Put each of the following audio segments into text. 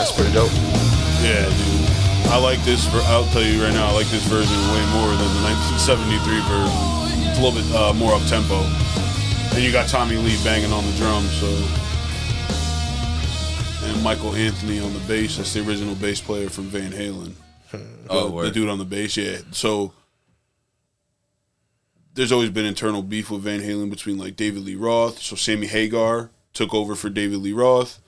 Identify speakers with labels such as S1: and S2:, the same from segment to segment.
S1: Uh,
S2: pretty dope.
S3: Yeah, dude. I like this. ver- I'll tell you right now, I like this version way more than the 1973 version. It's a little bit uh, more up tempo, and you got Tommy Lee banging on the drums, so and Michael Anthony on the bass. That's the original bass player from Van Halen.
S4: Oh,
S3: the,
S4: word.
S3: the dude on the bass, yeah. So there's always been internal beef with Van Halen between like David Lee Roth. So Sammy Hagar took over for David Lee Roth.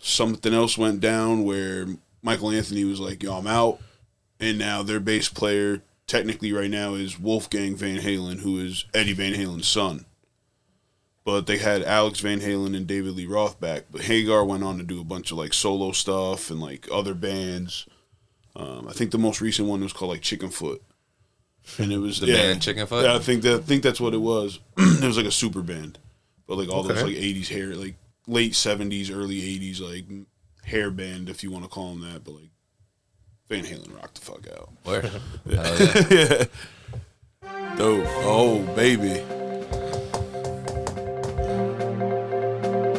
S3: Something else went down where Michael Anthony was like, "Yo, I'm out," and now their bass player, technically right now, is Wolfgang Van Halen, who is Eddie Van Halen's son. But they had Alex Van Halen and David Lee Roth back. But Hagar went on to do a bunch of like solo stuff and like other bands. Um, I think the most recent one was called like Chicken Foot, and it was
S4: The
S3: yeah.
S4: band Chickenfoot?
S3: Yeah, I think that I think that's what it was. it was like a super band, but like all those
S2: Okay.
S3: like '80s hair, like late '70s, early '80s, like hair band if you want to call them that. But like Van Halen rocked the fuck out.
S4: Word. Hell yeah.
S3: yeah. Dope. Oh baby.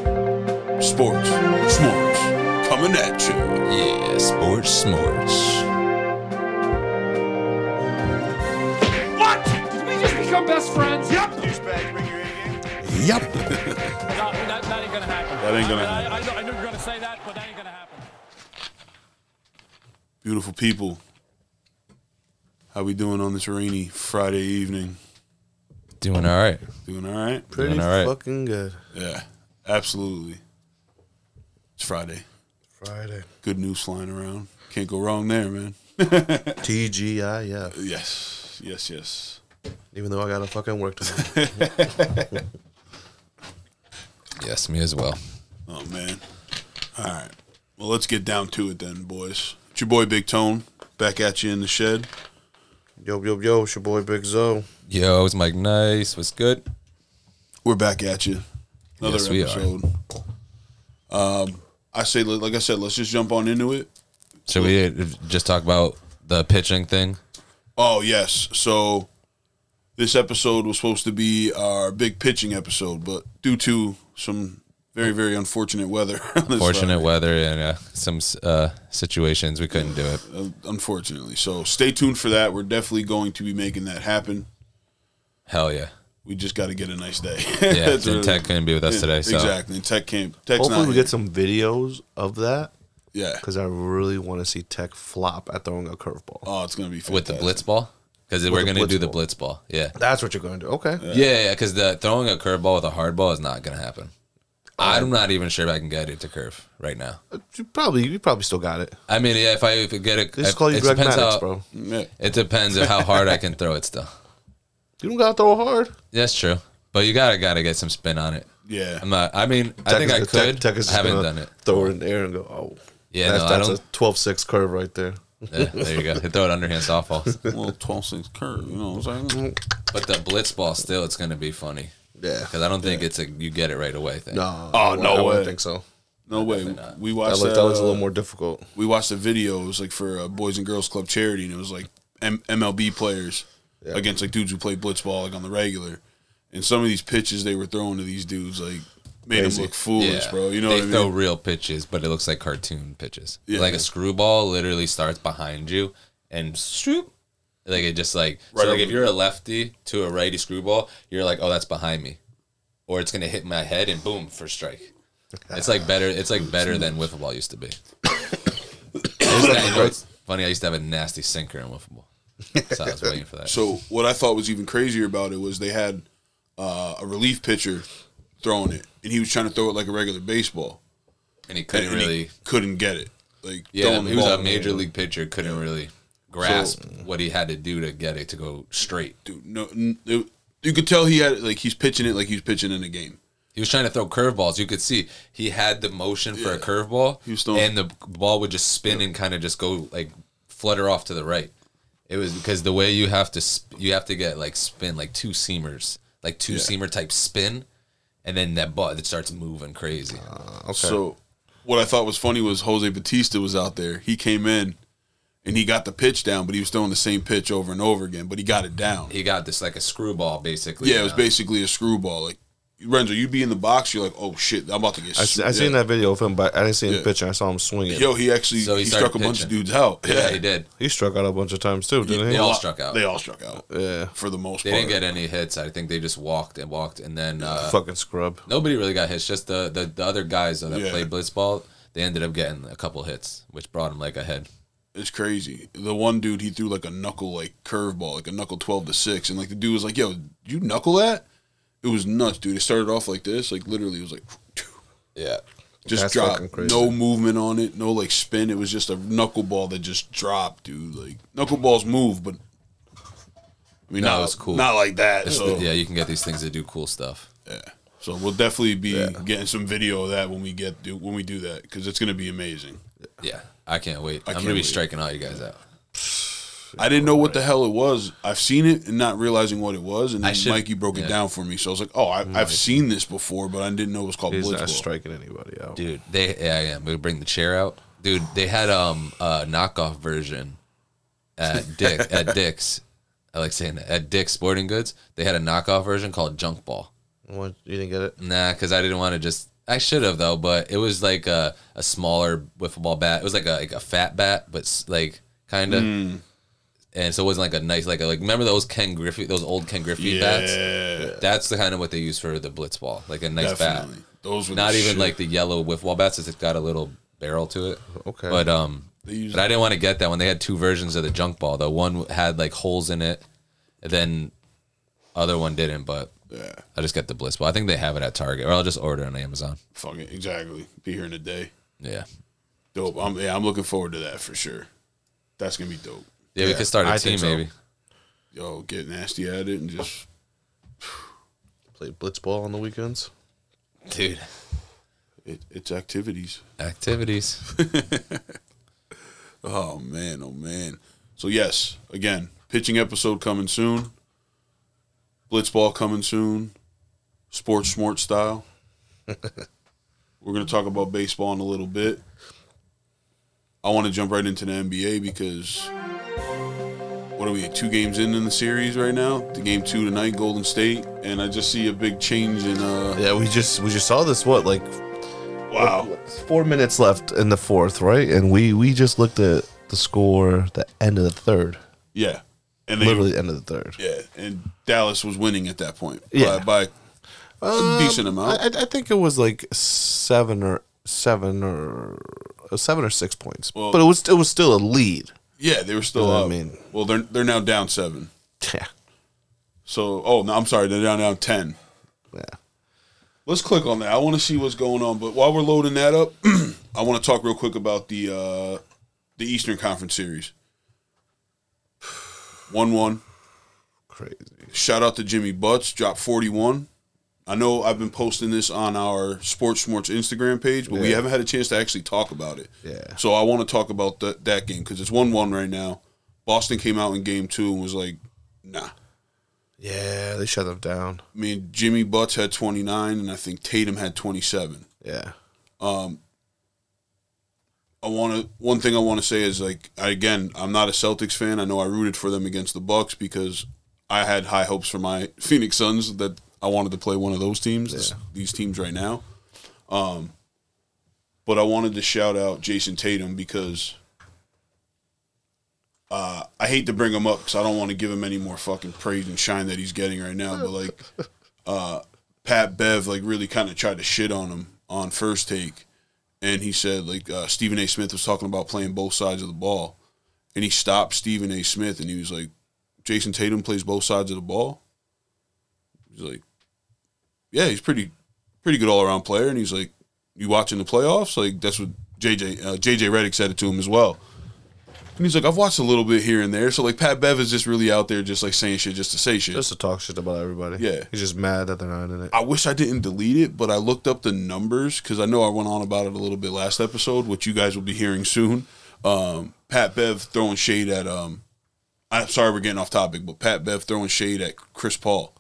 S3: Sports, sports, coming at you.
S4: Yeah, sports smorts.
S5: What? Did we just become best friends? Yep.
S4: Yup.
S5: No, that, that ain't gonna happen.
S3: That ain't gonna
S5: I, I, I, know- I knew you were gonna say that, but that ain't gonna happen.
S3: Beautiful people. How we doing on this rainy Friday evening?
S4: Doing all right.
S3: Doing all right?
S2: Pretty
S4: all right.
S2: fucking good.
S3: Yeah, absolutely. It's Friday.
S2: Friday.
S3: Good news flying around. Can't go wrong there, man.
S2: TGIF.
S3: Yes, yes, yes.
S2: Even though I gotta fucking work tomorrow.
S4: Yes, me as well.
S3: Oh man. All right. Well, let's get down to it then, boys. It's your boy Big Tone back at you in the shed.
S2: yo, yo, yo, it's your boy Big Zo.
S4: Yo, it's Mike Nice. What's good?
S3: We're back at you. Another
S4: Yes, we are.
S3: episode. Um, I say, li- like I said, let's just jump on into it.
S4: Should we uh, just talk about the pitching thing?
S3: Oh yes. So this episode was supposed to be our big pitching episode, but due to some very very unfortunate weather, on this
S4: Fortunate
S3: side,
S4: weather and uh, some uh, situations we couldn't do it.
S3: uh, unfortunately. So stay tuned for that. We're definitely going to be making that happen.
S4: Hell yeah.
S3: We just got to get a nice day.
S4: Yeah,
S3: That's
S4: and
S3: what-
S4: Tech couldn't be with us
S3: Yeah,
S4: today, so
S3: Exactly. And Tech can't. Tech's
S2: Hopefully
S3: not
S2: we
S3: here.
S2: get some videos of that
S3: Yeah.
S2: because I really want to see Tech flop at throwing a curveball.
S3: Oh, it's gonna be fantastic.
S4: with the blitz ball because we're
S2: the
S4: gonna
S2: blitz
S4: do the
S2: ball.
S4: blitz ball. Yeah,
S2: That's what you're going to do. Okay.
S4: yeah, yeah. Because the throwing a curveball with a hard ball is not gonna happen. I'm not even sure if I can get it to curve right now.
S2: Uh, You probably you probably still got it.
S4: I mean, yeah, if I if I get it,
S2: They just
S4: if-
S2: call you
S4: it
S2: Greg
S4: depends
S2: Maddox,
S4: how-
S2: bro.
S3: Yeah.
S4: It depends on how hard I can throw it. Still,
S2: You don't gotta throw hard.
S4: that's true. But you gotta gotta get some spin on it.
S3: Yeah.
S4: I'm not. I mean, I think I
S2: is- Tech-
S4: could.
S2: Tech is
S4: I
S2: just
S4: haven't
S2: gonna
S4: done it.
S2: Throw it in the air and go. Oh,
S4: Yeah,
S2: That's,
S4: no, I
S2: that's
S4: don't-
S2: a 12-6 curve right there.
S4: Yeah, there you go. throw it underhand softball.
S3: little 12 6 curve. You know what I'm saying?
S4: But the blitz ball still, it's gonna be funny
S2: Yeah.
S4: because I don't think it's a you get it right away thing.
S2: No.
S3: Oh,
S2: I
S3: no
S2: I
S3: way.
S2: wouldn't think so.
S3: No way. We
S2: That,
S3: watched
S2: looked, that looks a
S3: uh,
S2: little more difficult.
S3: we watched a video. It was like for a Boys and Girls Club charity, and it was like M- MLB players
S2: Yeah.
S3: against like dudes who play blitzball like on the regular. And some of these pitches they were throwing to these dudes like made
S2: Crazy.
S3: them look foolish,
S4: Yeah.
S3: bro. You know
S4: they
S3: what I mean?
S4: throw real pitches, but it looks like cartoon pitches.
S3: Yeah.
S4: Like a screwball literally starts behind you and swoop. Like it just like
S3: Right
S4: so like
S3: over
S4: if
S3: the-
S4: you're a lefty to a righty screwball, you're like, oh, that's behind me, or it's gonna hit my head and boom for strike. It's like better. It's like better than wiffle ball used to be. I used to- you know, it's funny. I used to have a nasty sinker in wiffle ball, so I was waiting for that.
S3: So what I thought was even crazier about it was they had uh, a relief pitcher throwing it, and he was trying to throw it like a regular baseball,
S4: And he
S3: and,
S4: couldn't
S3: and he
S4: really.
S3: couldn't get it. Like
S4: Yeah,
S3: throwing the
S4: he was
S3: ball.
S4: a major league pitcher. Couldn't really grasp what he had to do to get it to go straight.
S3: dude. No, n- it, you could tell he had like he's pitching it like he's pitching in a game.
S4: He was trying to throw curveballs. You could see he had the motion for a curveball,
S3: was throwing-
S4: and the ball would just spin and kind of just go like flutter off to the right. It was because the way you have to sp- you have to get like spin like two seamers, like two seamer type spin, and then that ball it starts moving crazy.
S3: Uh-huh.
S2: Okay.
S3: So what I thought was funny was Jose Batista was out there. He came in and he got the pitch down, but he was throwing the same pitch over and over again, but he got it down.
S4: he got this like a screwball basically.
S3: yeah, it was
S4: uh,
S3: basically a screwball. Like Renzo, you be in the box, you're like, oh shit, I'm about to get.
S2: I,
S3: sm-
S2: se- I seen
S3: yeah.
S2: that video of him, but I didn't see him
S3: Yeah.
S2: pitching. I saw him swinging.
S3: Yo, he actually
S4: So he
S3: he,
S4: started
S3: struck a bunch of
S4: pitching.
S3: dudes out. Yeah,
S4: he did.
S2: He struck out a bunch of times too, didn't
S4: They
S2: he?
S4: all
S3: lot-
S4: struck out.
S3: They all struck out.
S2: Yeah.
S3: for the most
S4: They
S3: part.
S4: didn't get any hits. I think they just walked and walked, and then uh,
S2: Fucking scrub.
S4: nobody really got hits. Just the the, the other guys though, that
S3: Yeah.
S4: played blitzball, they ended up getting a couple hits, which brought him like ahead.
S3: It's crazy. The one dude he threw like a knuckle like curveball, like a knuckle twelve to six, and like the dude was like, "Yo, you knuckle that?" It was nuts, dude. It started off like this, like literally, it was like
S4: Yeah.
S3: just
S2: That's fucking
S3: dropped,
S2: crazy.
S3: no movement on it, no like spin. It was just a knuckleball that just dropped, dude. Like knuckleballs move, but I mean,
S4: No,
S3: not
S4: it's cool.
S3: not like that. So
S4: Yeah, you can get these things that do cool stuff.
S3: yeah. So we'll definitely be getting some video of that when we get do when we do that because it's gonna be amazing.
S4: Yeah, I can't wait. I am
S3: can't
S4: gonna be
S3: wait.
S4: striking all you guys out.
S3: I didn't know what the hell it was. I've seen it and not realizing what it was, and
S4: I
S3: then
S4: should-
S3: Mikey broke
S4: yeah. Mm.
S3: it down for me. So I was like, "Oh, I, I've seen this before, but I didn't know it was called
S2: He's not
S3: blitzball."
S2: striking anybody out.
S4: dude. They yeah, I am. We bring the chair out, dude. They had um a knockoff version at Dick at Dick's. I like saying that at Dick's Sporting Goods. They had a knockoff version called Junk Ball.
S2: What, you didn't get it?
S4: Nah, because I didn't want to just. I should have though, but it was like a, a smaller wiffle ball bat. It was like a like a fat bat, but s- like kind of.
S3: Hmm.
S4: And so it wasn't like a nice like a, like remember those Ken Griffey those old Ken Griffey bats.
S3: Yeah,
S4: That's the kind of what they use for the blitz ball, like a nice bat
S3: definitely. Those were
S4: not
S3: the
S4: even
S3: shit.
S4: like the yellow with wall bats. It's got a little barrel to it.
S2: Okay.
S4: But um,
S3: They use
S4: but I didn't want to get that one. They had two versions of the junk ball. though. one had like holes in it, and then other one didn't. But
S3: yeah,
S4: I just got the bliss ball. I think they have it at Target, or I'll just order on Amazon.
S3: fucking exactly. Be here in a day.
S4: Yeah.
S3: Dope. I'm yeah, I'm looking forward to that for sure. That's gonna be dope.
S4: Yeah, we
S2: Yeah,
S4: could start a
S2: I
S4: team
S2: think so.
S4: maybe.
S3: Yo, get nasty at it and just
S2: Play blitzball on the weekends.
S4: Dude.
S3: it, it's activities.
S4: Activities.
S3: Oh man, oh man. So yes, again, pitching episode coming soon. Blitzball coming soon. Sports smart style. We're gonna talk about baseball in a little bit. I want to jump right into the NBA because what are we at? Two games in in the series right now. The game two tonight, Golden State, and I just see a big change in. uh
S2: Yeah, we just we just saw this what like
S3: Wow,
S2: four minutes left in the fourth, right? And we we just looked at the score, the end of the third,
S3: yeah, and they,
S2: literally the end of the third.
S3: yeah, and Dallas was winning at that point.
S2: Yeah. Um,
S3: by, by a decent amount.
S2: I, I- I think it was like seven or seven or uh, seven or six points,
S3: Well-
S2: but it was it was still a lead.
S3: Yeah, they were still
S2: You know what I
S3: up.
S2: mean?
S3: well, they're they're now down seven.
S2: Yeah,
S3: So, oh no, I'm sorry, they're down down ten.
S2: yeah.
S3: Let's click on that. I want to see what's going on. But while we're loading that up, I want to talk real quick about the uh, the Eastern Conference series. One one.
S2: Crazy.
S3: Shout out to Jimmy Butts, dropped 41. I know I've been posting this on our Sports Smorts Instagram page, but we
S2: Yeah.
S3: haven't had a chance to actually talk about it.
S2: Yeah.
S3: So I want to talk about that that game because it's 1 1 right now. Boston came out in game two and was like, nah.
S2: Yeah, they shut them down.
S3: I mean, Jimmy Butts had 29, and I think Tatum had 27.
S2: Yeah,
S3: I want to. One thing I want to say is like I- again, I'm not a Celtics fan. I know I rooted for them against the Bucks because I had high hopes for my Phoenix Suns that I wanted to play one of those teams. this- these teams right now. Um, but I wanted to shout out Jason Tatum because uh, I hate to bring him up because I don't want to give him any more fucking praise and shine that he's getting right now. But like, uh, Pat Bev like really kind of tried to shit on him on first take and he said like uh, Stephen A. Smith was talking about playing both sides of the ball, and he stopped Stephen A. Smith and he was like, "Jason Tatum plays both sides of the ball." He's like, "Yeah, he's pretty, pretty good all around player." And he's like, "You watching the playoffs?" Like that's what JJ uh, JJ Redick said it to him as well. And he's like, "I've watched a little bit here and there." So like Pat Bev is just really out there just like saying shit just to say shit.
S2: just to talk shit about everybody.
S3: Yeah.
S2: he's just mad that they're not in it.
S3: I wish I didn't delete it, but I looked up the numbers because I know I went on about it a little bit last episode, which you guys will be hearing soon. Um, Pat Bev throwing shade at. Um, I'm sorry, we're getting off topic, but Pat Bev throwing shade at Chris Paul.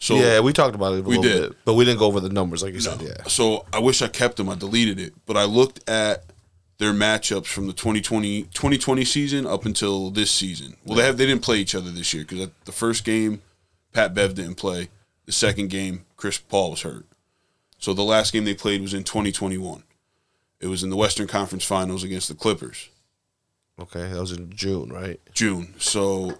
S3: So
S2: yeah, we talked about it. A we little
S3: did.
S2: bit, but we didn't go over the numbers like you said. Yeah,
S3: So I wish I kept them. I deleted it, but I looked at their matchups from the 2020, 2020 season up until this season. Well, they have they didn't play each other this year because the first game Pat Bev didn't play. The second game, Chris Paul was hurt. So the last game they played was in 2021. It was in the Western Conference Finals against the Clippers.
S2: Okay, that was in June, right?
S3: June. So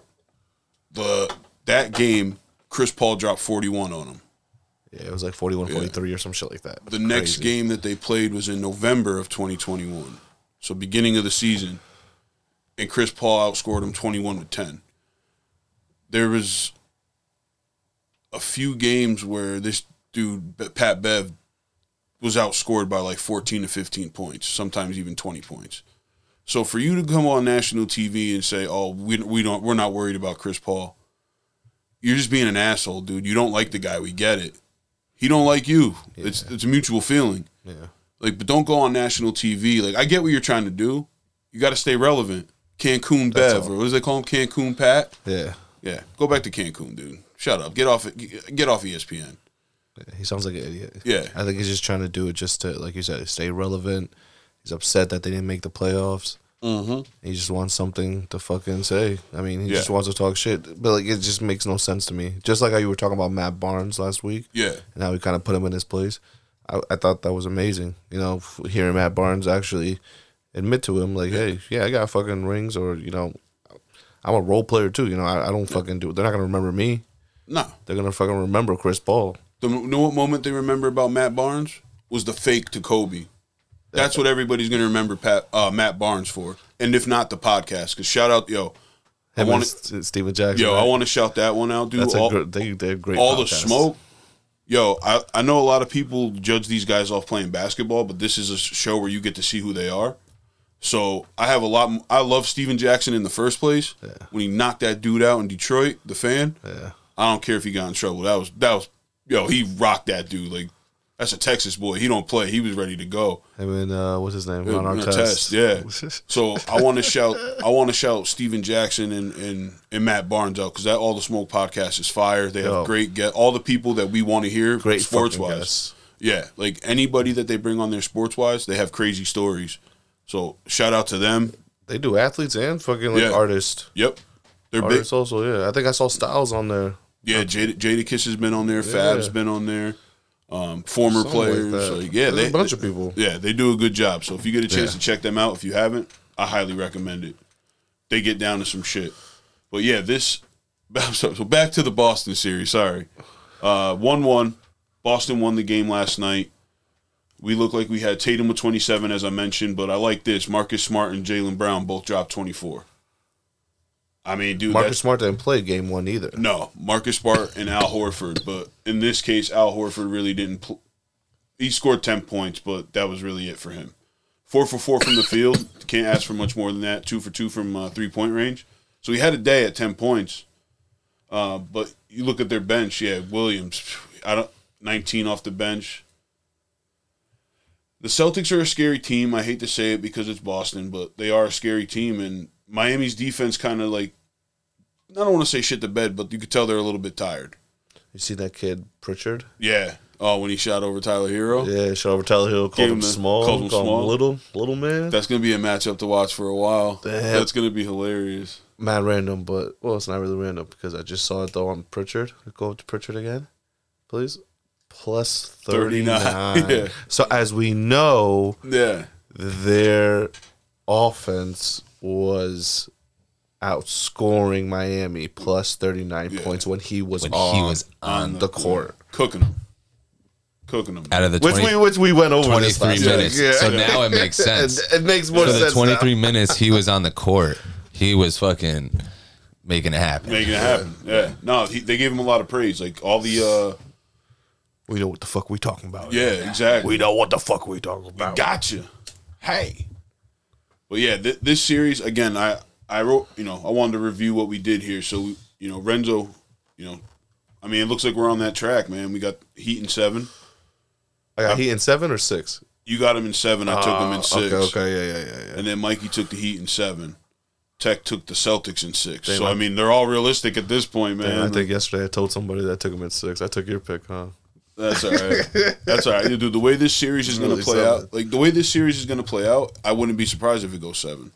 S3: the that game, Chris Paul dropped 41 on him.
S2: Yeah, it was like 41, 43 or some shit like that.
S3: The next
S2: Crazy.
S3: game that they played was in November of 2021. So beginning of the season. And Chris Paul outscored him 21 to 10. There was a few games where this dude B- Pat Bev was outscored by like 14 to 15 points, sometimes even 20 points. So for you to come on national TV and say, "Oh, we, we don't we're not worried about Chris Paul." You're just being an asshole, dude. You don't like the guy. We get it. He don't like you. It's it's a mutual feeling.
S2: Yeah.
S3: Like, but don't go on national TV. Like, I get what you're trying to do. You got to stay relevant. Cancun Bev,
S2: all.
S3: or what does they call him? Cancun Pat.
S2: Yeah.
S3: Yeah, go back to Cancun, dude. Shut up. Get off. Get off E ESPN.
S2: He sounds like an idiot.
S3: Yeah.
S2: I think he's just trying to do it just to, like you said, stay relevant. He's upset that they didn't make the playoffs. Mm-hmm. He just wants something to fucking say. I mean, he
S3: Yeah.
S2: just wants to talk shit. But, like, it just makes no sense to me. Just like how you were talking about Matt Barnes last week.
S3: Yeah.
S2: and how we kind of put him in his place. I, I thought that was amazing. You know, f- hearing Matt Barnes actually admit to him, like, hey, yeah, I got fucking rings, or, you know, I'm a role player too. You know, I, I don't fucking do They're not going to remember me.
S3: No.
S2: They're going to fucking remember Chris Paul.
S3: The you know what moment they remember about Matt Barnes was the fake to Kobe. That's what everybody's gonna remember Pat uh, Matt Barnes for, and if not the podcast, because shout out yo, I
S2: Him
S3: want
S2: and St- Steven Jackson.
S3: yo, I
S2: right?
S3: want to shout that one out, dude.
S2: That's
S3: All-
S2: a gr- they, they're great.
S3: all the
S2: podcasts.
S3: smoke. Yo, I, I know a lot of people judge these guys off playing basketball, but this is a show where you get to see who they are. So I have a lot. m- I love Steven Jackson in the first place when he knocked that dude out in Detroit, the fan.
S2: Yeah.
S3: I don't care if he got in trouble. That was that was yo. He rocked that dude like that's a Texas boy. He don't play. He was ready to go.
S2: Him and, uh, what's his name? Ron
S3: Ron
S2: Artest.
S3: Artest, So I want to shout, I want to shout Steven Jackson and, and, and Matt Barnes out because that All the Smoke podcast is fire. They have
S2: Yo.
S3: great get all the people that we want to hear
S2: Great
S3: sports
S2: fucking
S3: wise.
S2: guests.
S3: Yeah, like anybody that they bring on their sports wise, they have crazy stories. So shout out to them.
S2: they do athletes and fucking like
S3: Yeah.
S2: artists.
S3: Yep, they're big.
S2: Artists also, yeah. I think I saw Styles on there.
S3: Yeah, Jada, Jada Kiss has been on there. Fab's been on there. Um, former
S2: Something like
S3: players,
S2: that.
S3: like, yeah,
S2: There's
S3: they,
S2: a bunch of people.
S3: Yeah, they do a good job. So if you get a chance to
S2: Yeah.
S3: check them out, if you haven't, I highly recommend it. They get down to some shit. But yeah, this. So so back to the Boston series. Sorry, Uh, one one. Boston won the game last night. We look like we had Tatum with twenty seven, as I mentioned. But I like this: Marcus Smart and Jalen Brown both dropped twenty four. I mean, dude,
S2: Marcus
S3: that's-
S2: Smart didn't play game one either.
S3: no, Marcus Smart and Al Horford, but in this case, Al Horford really didn't. Pl- he scored ten points, but that was really it for him. Four for four from the field. Can't ask for much more than that. Two for two from uh, three point range. So he had a day at ten points. Uh, but you look at their bench. Yeah, Williams. I don't. Nineteen off the bench. The Celtics are a scary team. I hate to say it because it's Boston, but they are a scary team. And Miami's defense kind of like I don't want to say shit the bed, but you could tell they're a little bit tired.
S2: You see that kid Pritchard?
S3: Yeah. Oh, when he shot over Tyler Hero,
S2: Yeah, shot over Tyler Hill,
S3: Gave
S2: called
S3: him
S2: him
S3: the-
S2: small,
S3: called
S2: called
S3: him
S2: him,
S3: small.
S2: little, little man.
S3: that's gonna be a matchup to watch for a while.
S2: Damn.
S3: That's gonna be hilarious.
S2: Mad random, but well, it's not really random because I just saw it though on Pritchard. Go up to Pritchard again, please. Plus thirty
S3: 39,
S2: nine.
S3: yeah.
S2: So as we know,
S3: Yeah.
S2: their offense was outscoring Miami plus thirty nine
S3: Yeah.
S2: points when he was
S4: When he
S2: on
S4: was on
S2: the court.
S3: Cooking them. Cooking them.
S4: Out of the
S2: Which
S4: 20
S2: we which we went over this
S4: 23
S2: last
S4: minutes.
S2: week.
S4: So now it makes sense.
S2: It, it makes more
S4: for the
S2: sense.
S4: 23 minutes he was on the court, he was fucking making it happen.
S3: Making it happen. Yeah. No, he, they gave him a lot of praise. Like all the. uh
S2: now. We know what the fuck we talking about.
S3: Yeah. Exactly.
S2: We know what the fuck we talking about.
S3: Gotcha. Hey. But yeah, th- this series again. I I wrote. You know, I wanted to review what we did here. So we, you know, Renzo. You know, I mean, it looks like we're on that track, man. We got Heat in seven.
S2: I got Heat in seven or six. Uh,
S3: You got him in seven. I took him in six.
S2: Ah, Okay, okay, yeah, yeah, yeah, yeah.
S3: and then Mikey took the Heat in seven. Tech took the Celtics in six. so
S2: I-
S3: I mean, they're all realistic at this point, man.
S2: Damn, I think yesterday I told somebody that I took him in six. I took your pick, huh?
S3: that's all right. that's all right, dude. The way this series is going to
S2: Really
S3: play
S2: seven.
S3: out, like the way this series is going to play out, I wouldn't be surprised if it goes seven.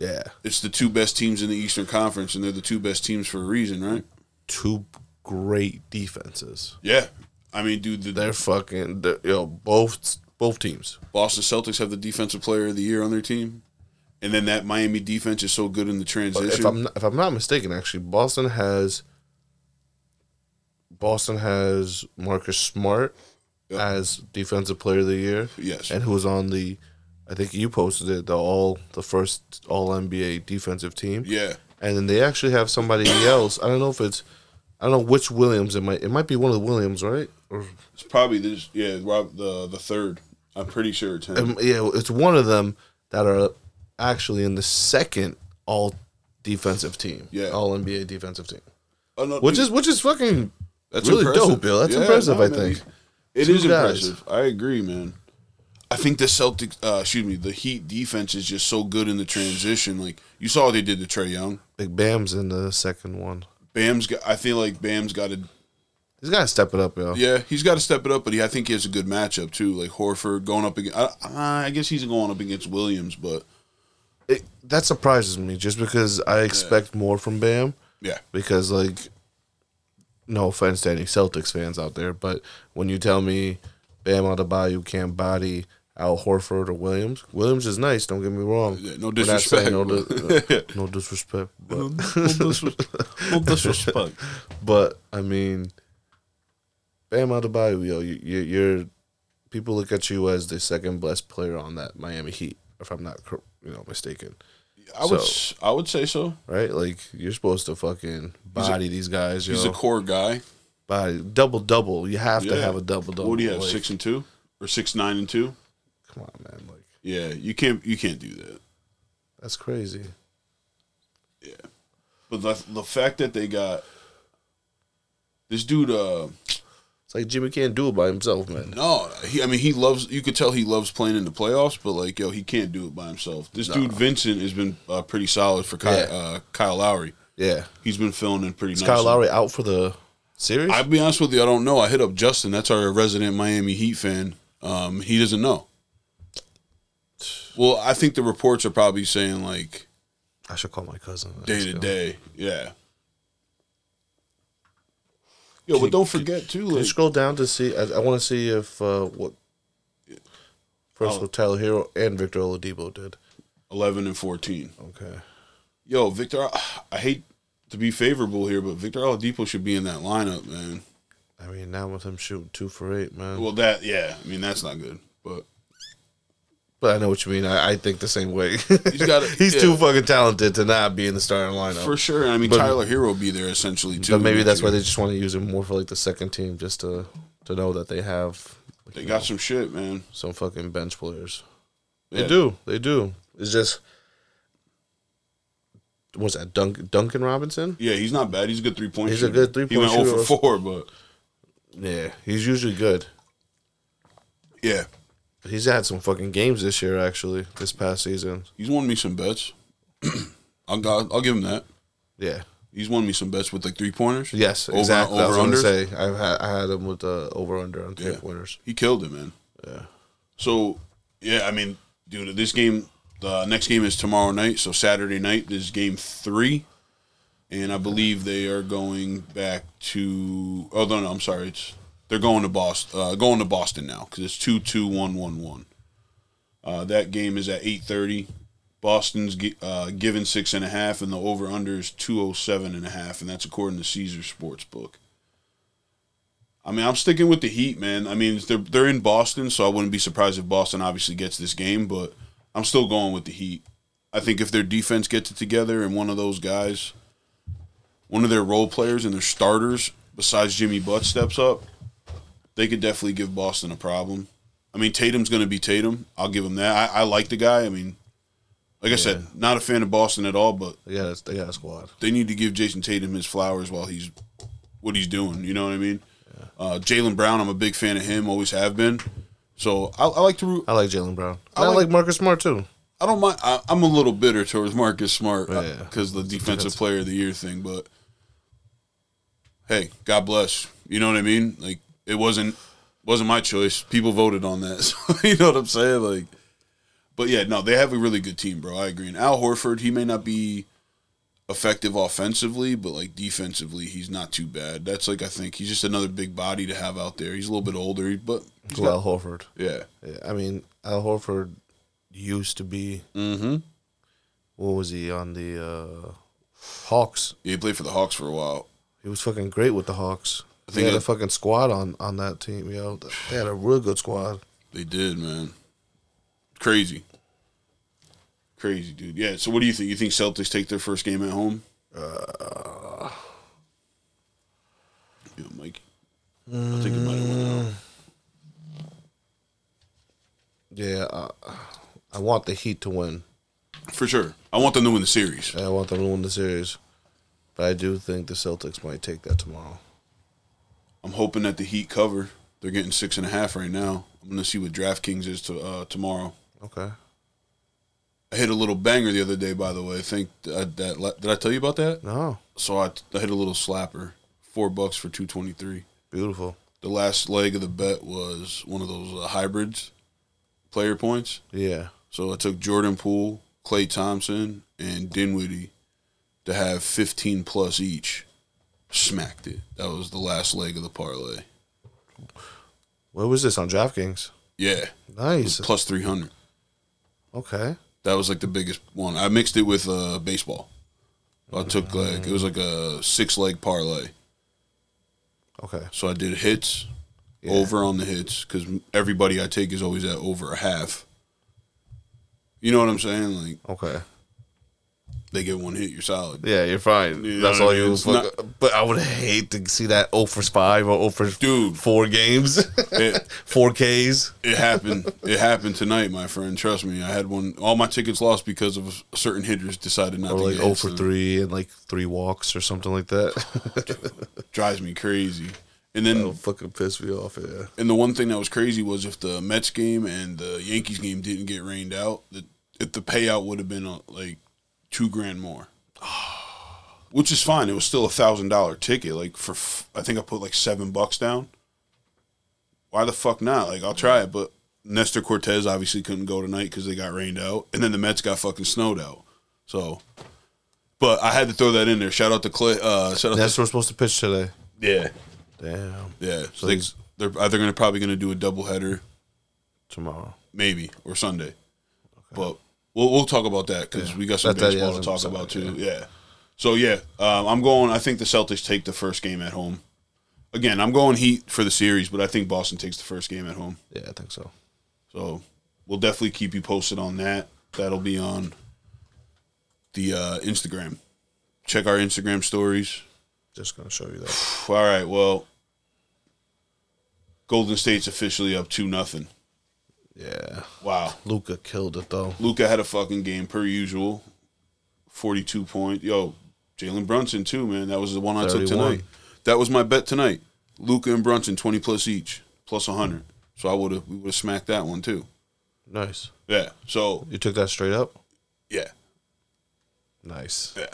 S2: Yeah.
S3: It's the two best teams in the Eastern Conference, and they're the two best teams for a reason, right?
S2: Two great defenses.
S3: Yeah. I mean, dude, the
S2: They're fucking they're, yo both both teams.
S3: Boston Celtics have the defensive player of the year on their team. And then that Miami defense is so good in the
S2: But
S3: transition.
S2: if I'm not, if I'm not mistaken, actually, Boston has Boston has Marcus Smart
S3: Yep.
S2: as defensive player of the year.
S3: Yes.
S2: and who was on the I think you posted it the all the first All NBA defensive team.
S3: yeah.
S2: and then they actually have somebody else. I don't know if it's I don't know which Williams it might it might be one of the Williams, right? Or
S3: It's probably this yeah, Rob the the third. I'm pretty sure it's him.
S2: um, yeah, it's one of them that are actually in the second all defensive team.
S3: Yeah.
S2: All NBA defensive team.
S3: Oh, no,
S2: Which
S3: dude,
S2: is which is fucking that's really
S3: impressive.
S2: dope, Bill. That's
S3: Yeah,
S2: impressive,
S3: no,
S2: I
S3: man,
S2: think.
S3: he's- It
S2: Two
S3: is
S2: guys.
S3: impressive. I agree, man. I think the Celtics, uh, excuse me, the Heat defense is just so good in the transition. Like you saw, what they did to Trey Young.
S2: Big Bam's in the second one.
S3: Bam's got. I feel like Bam's got to.
S2: He's gotta step it up, yo.
S3: Yeah, he's got to step it up, but he, I think he has a good matchup too. Like Horford going up against. I, I guess he's going up against Williams, but
S2: It, that surprises me just because I expect more from Bam.
S3: yeah,
S2: because like no offense to any Celtics fans out there, but when you tell me Bam Adebayo can't body Al Horford or Williams, Williams is nice. Don't get me wrong.
S3: Yeah, no
S2: We're not saying No,
S3: disrespect,
S2: di- no disrespect. But,
S3: no disrespect.
S2: but I mean, Bam Adebayo, yo, you, you, you're people look at you as the second best player on that Miami Heat, if I'm not cor- you know mistaken.
S3: I would.
S2: So-
S3: s- I would say so.
S2: Right, like you're supposed to fucking body these guys. Yo.
S3: He's a core guy.
S2: body double double. You have to
S3: Yeah.
S2: have a double double.
S3: What do you have? six and two or six nine and two?
S2: Come on, man. Like
S3: Yeah, you can't. You can't do that.
S2: that's crazy.
S3: But the the fact that they got this dude, uh,
S2: It's like Jimmy can't do it by himself, man.
S3: no, he, I mean he loves. You could tell he loves playing in the playoffs, but like yo, he can't do it by himself. This dude Vincent has been uh, pretty solid for Kyle,
S2: Yeah.
S3: uh, Kyle Lowry.
S2: Yeah,
S3: He's been filling in pretty.
S2: is
S3: nice.
S2: Kyle Lowry out for the series?
S3: I'll be honest with you, I don't know. I hit up Justin. That's our resident Miami Heat fan. Um, he doesn't know. Well, I think the reports are probably saying like
S2: I should call my cousin.
S3: day to
S2: Ask him.
S3: day. Yeah. Yo, but don't forget too.
S2: Can you
S3: Like,
S2: scroll down to see? I, I want to see if uh, what first
S3: Oh.
S2: what Tyler Hero and Victor Oladipo did.
S3: Eleven and fourteen.
S2: Okay,
S3: Yo, Victor, I hate to be favorable here, but Victor Oladipo should be in that lineup, man.
S2: I mean now with him shooting two for eight, man.
S3: Well, that yeah, I mean that's not good, but
S2: but I know what you mean. I, I think the same way.
S3: he's got
S2: He's too fucking talented to not be in the starting lineup.
S3: for sure. I mean, Tyler Hero will be there essentially too.
S2: But maybe that's why
S3: they,
S2: they just want to use him more for like the second team, just to to know that they have like, you
S3: got
S2: know,
S3: some shit, man.
S2: some fucking bench players. They
S3: Yeah.
S2: do, they do. It's just what's that? Dunk, Duncan Robinson?
S3: Yeah, he's not bad. He's a good three point.
S2: He's a good
S3: He
S2: three-point
S3: went over
S2: shooter.
S3: four, but
S2: Yeah, he's usually good.
S3: yeah,
S2: He's had some fucking games this year, actually. This past season,
S3: he's won me some bets. I'll go, I'll give him that.
S2: yeah,
S3: He's won me some bets with like three pointers.
S2: yes, exactly. I was
S3: Over under.
S2: gonna say I've had I had him with the over under on three pointers.
S3: He killed it, man. Yeah. So, yeah, I mean, dude, this game, the next game is tomorrow night. So Saturday night this is game three, and I believe they are going back to. Oh no, no, I'm sorry. It's they're going to Boston. Uh, going to Boston now because it's two two one one one. Uh, that game is at eight thirty. Boston's gi- uh, given six and a half, and the over under is two oh seven and a half, and that's according to Caesar Sportsbook. I mean, I'm sticking with the Heat, man. I mean, they're they're in Boston, so I wouldn't be surprised if Boston obviously gets this game, but I'm still going with the Heat. I think if their defense gets it together and one of those guys, one of their role players and their starters besides Jimmy Butt steps up, they could definitely give Boston a problem. I mean, Tatum's going to be Tatum. I'll give him that. I, I like the guy. I mean, like I said, not a fan of Boston at all, but
S2: They got a, they got a squad.
S3: they need to give Jason Tatum his flowers while he's what he's doing. You know what I mean? Uh, Jalen Brown, I'm a big fan of him. Always have been. So I, I like to root.
S2: I like Jalen Brown. I,
S3: I like-
S2: like Marcus Smart too.
S3: I don't mind. I, I'm a little bitter towards Marcus Smart
S2: Yeah.
S3: because the defensive player of the year thing. But hey, God bless. You know what I mean? Like it wasn't wasn't my choice. People voted on that. So, you know what I'm saying? Like, but yeah, no, they have a really good team, bro. I agree. And Al Horford, he may not be effective offensively, but like defensively, he's not too bad. That's like I think he's just another big body to have out there. He's a little bit older, but he's
S2: Al
S3: not-
S2: Horford.
S3: yeah,
S2: Yeah, I mean, Al Horford used to be. What was he on the uh, Hawks?
S3: he played for the Hawks for a while.
S2: He was fucking great with the Hawks. They
S3: think
S2: had
S3: it-
S2: a fucking squad on on that team, yo. They had a real good squad.
S3: They did, man. Crazy, crazy, dude. Yeah. So, what do you think? You think Celtics take their first game at home? yeah, Mike. I think it might have went out.
S2: Yeah, I, I want the Heat to win.
S3: for sure. I want them to win the series.
S2: I want them to win the series, but I do think the Celtics might take that tomorrow.
S3: I'm hoping that the Heat cover. They're getting six and a half right now. I'm gonna see what DraftKings is to uh, tomorrow.
S2: Okay.
S3: I hit a little banger the other day, by the way. I think uh, that did I tell you about that?
S2: No,
S3: So I, I hit a little slapper, four bucks for two twenty three.
S2: beautiful.
S3: The last leg of the bet was one of those uh, hybrids, player points.
S2: Yeah.
S3: So I took Jordan Poole, Clay Thompson, and Dinwiddie to have 15 plus each. Smacked it. That was the last leg of the parlay.
S2: Where was this on DraftKings?
S3: Yeah, it was
S2: Nice.
S3: plus 300.
S2: Okay.
S3: That was like the biggest one. I mixed it with uh, baseball. I took like it was like a six leg parlay.
S2: Okay.
S3: So I did hits, over on the hits because everybody I take is always at over a half. You know what I'm saying? Like
S2: Okay.
S3: they get one hit, you're solid.
S2: Yeah, you're fine.
S3: You know
S2: That's
S3: what I
S2: all
S3: mean?
S2: you.
S3: It's
S2: Fuck, but I would hate to see that 0 for 5 or 0 for
S3: Dude.
S2: four games,
S3: It,
S2: four Ks.
S3: it happened. It happened tonight, my friend. Trust me. I had one. All my tickets lost because of certain hitters decided not
S2: Or
S3: to
S2: like
S3: get
S2: 0
S3: hits.
S2: for
S3: And
S2: 3 and like three walks or something like that.
S3: it Drives me crazy. And then
S2: It'll fucking piss me off. Yeah.
S3: and the one thing that was crazy was if the Mets game and the Yankees game didn't get rained out, that if the payout would have been uh, like two grand more, which is fine. It was still a thousand dollar ticket. Like for, f- I think I put like seven bucks down. Why the fuck not? Like I'll try it, but Nestor Cortez obviously couldn't go tonight because they got rained out, and then the Mets got fucking snowed out. So, but I had to throw that in there. Shout out to Clay. Uh, shout out
S2: That's what we're supposed to pitch today.
S3: to yeah,
S2: Damn.
S3: yeah. So they,
S2: Please.
S3: they're either gonna probably gonna do a double header
S2: Tomorrow.
S3: maybe or Sunday. But we'll we'll talk about that because we got some
S2: That- that
S3: baseball to
S2: is
S3: talk
S2: Sunday,
S3: about too. Yeah. So yeah, um, I'm going. I think the Celtics take the first game at home. Again, I'm going Heat for the series, but I think Boston takes the first game at home.
S2: Yeah, I think so.
S3: So we'll definitely keep you posted on that. That'll be on the uh, Instagram. Check our Instagram stories.
S2: Just going to show you that.
S3: All right. Well, Golden State's officially up two nothing.
S2: Yeah.
S3: Wow.
S2: Luca killed it though.
S3: Luca had a fucking game per usual. Forty two point. Yo, Jalen Brunson too, man. That was the one I took
S2: 31.
S3: tonight. That was my bet tonight. Luca and Brunson twenty plus each, plus hundred. So I would have we would have smacked that one too.
S2: Nice.
S3: Yeah. So
S2: You took that straight up?
S3: yeah,
S2: Nice.
S3: yeah.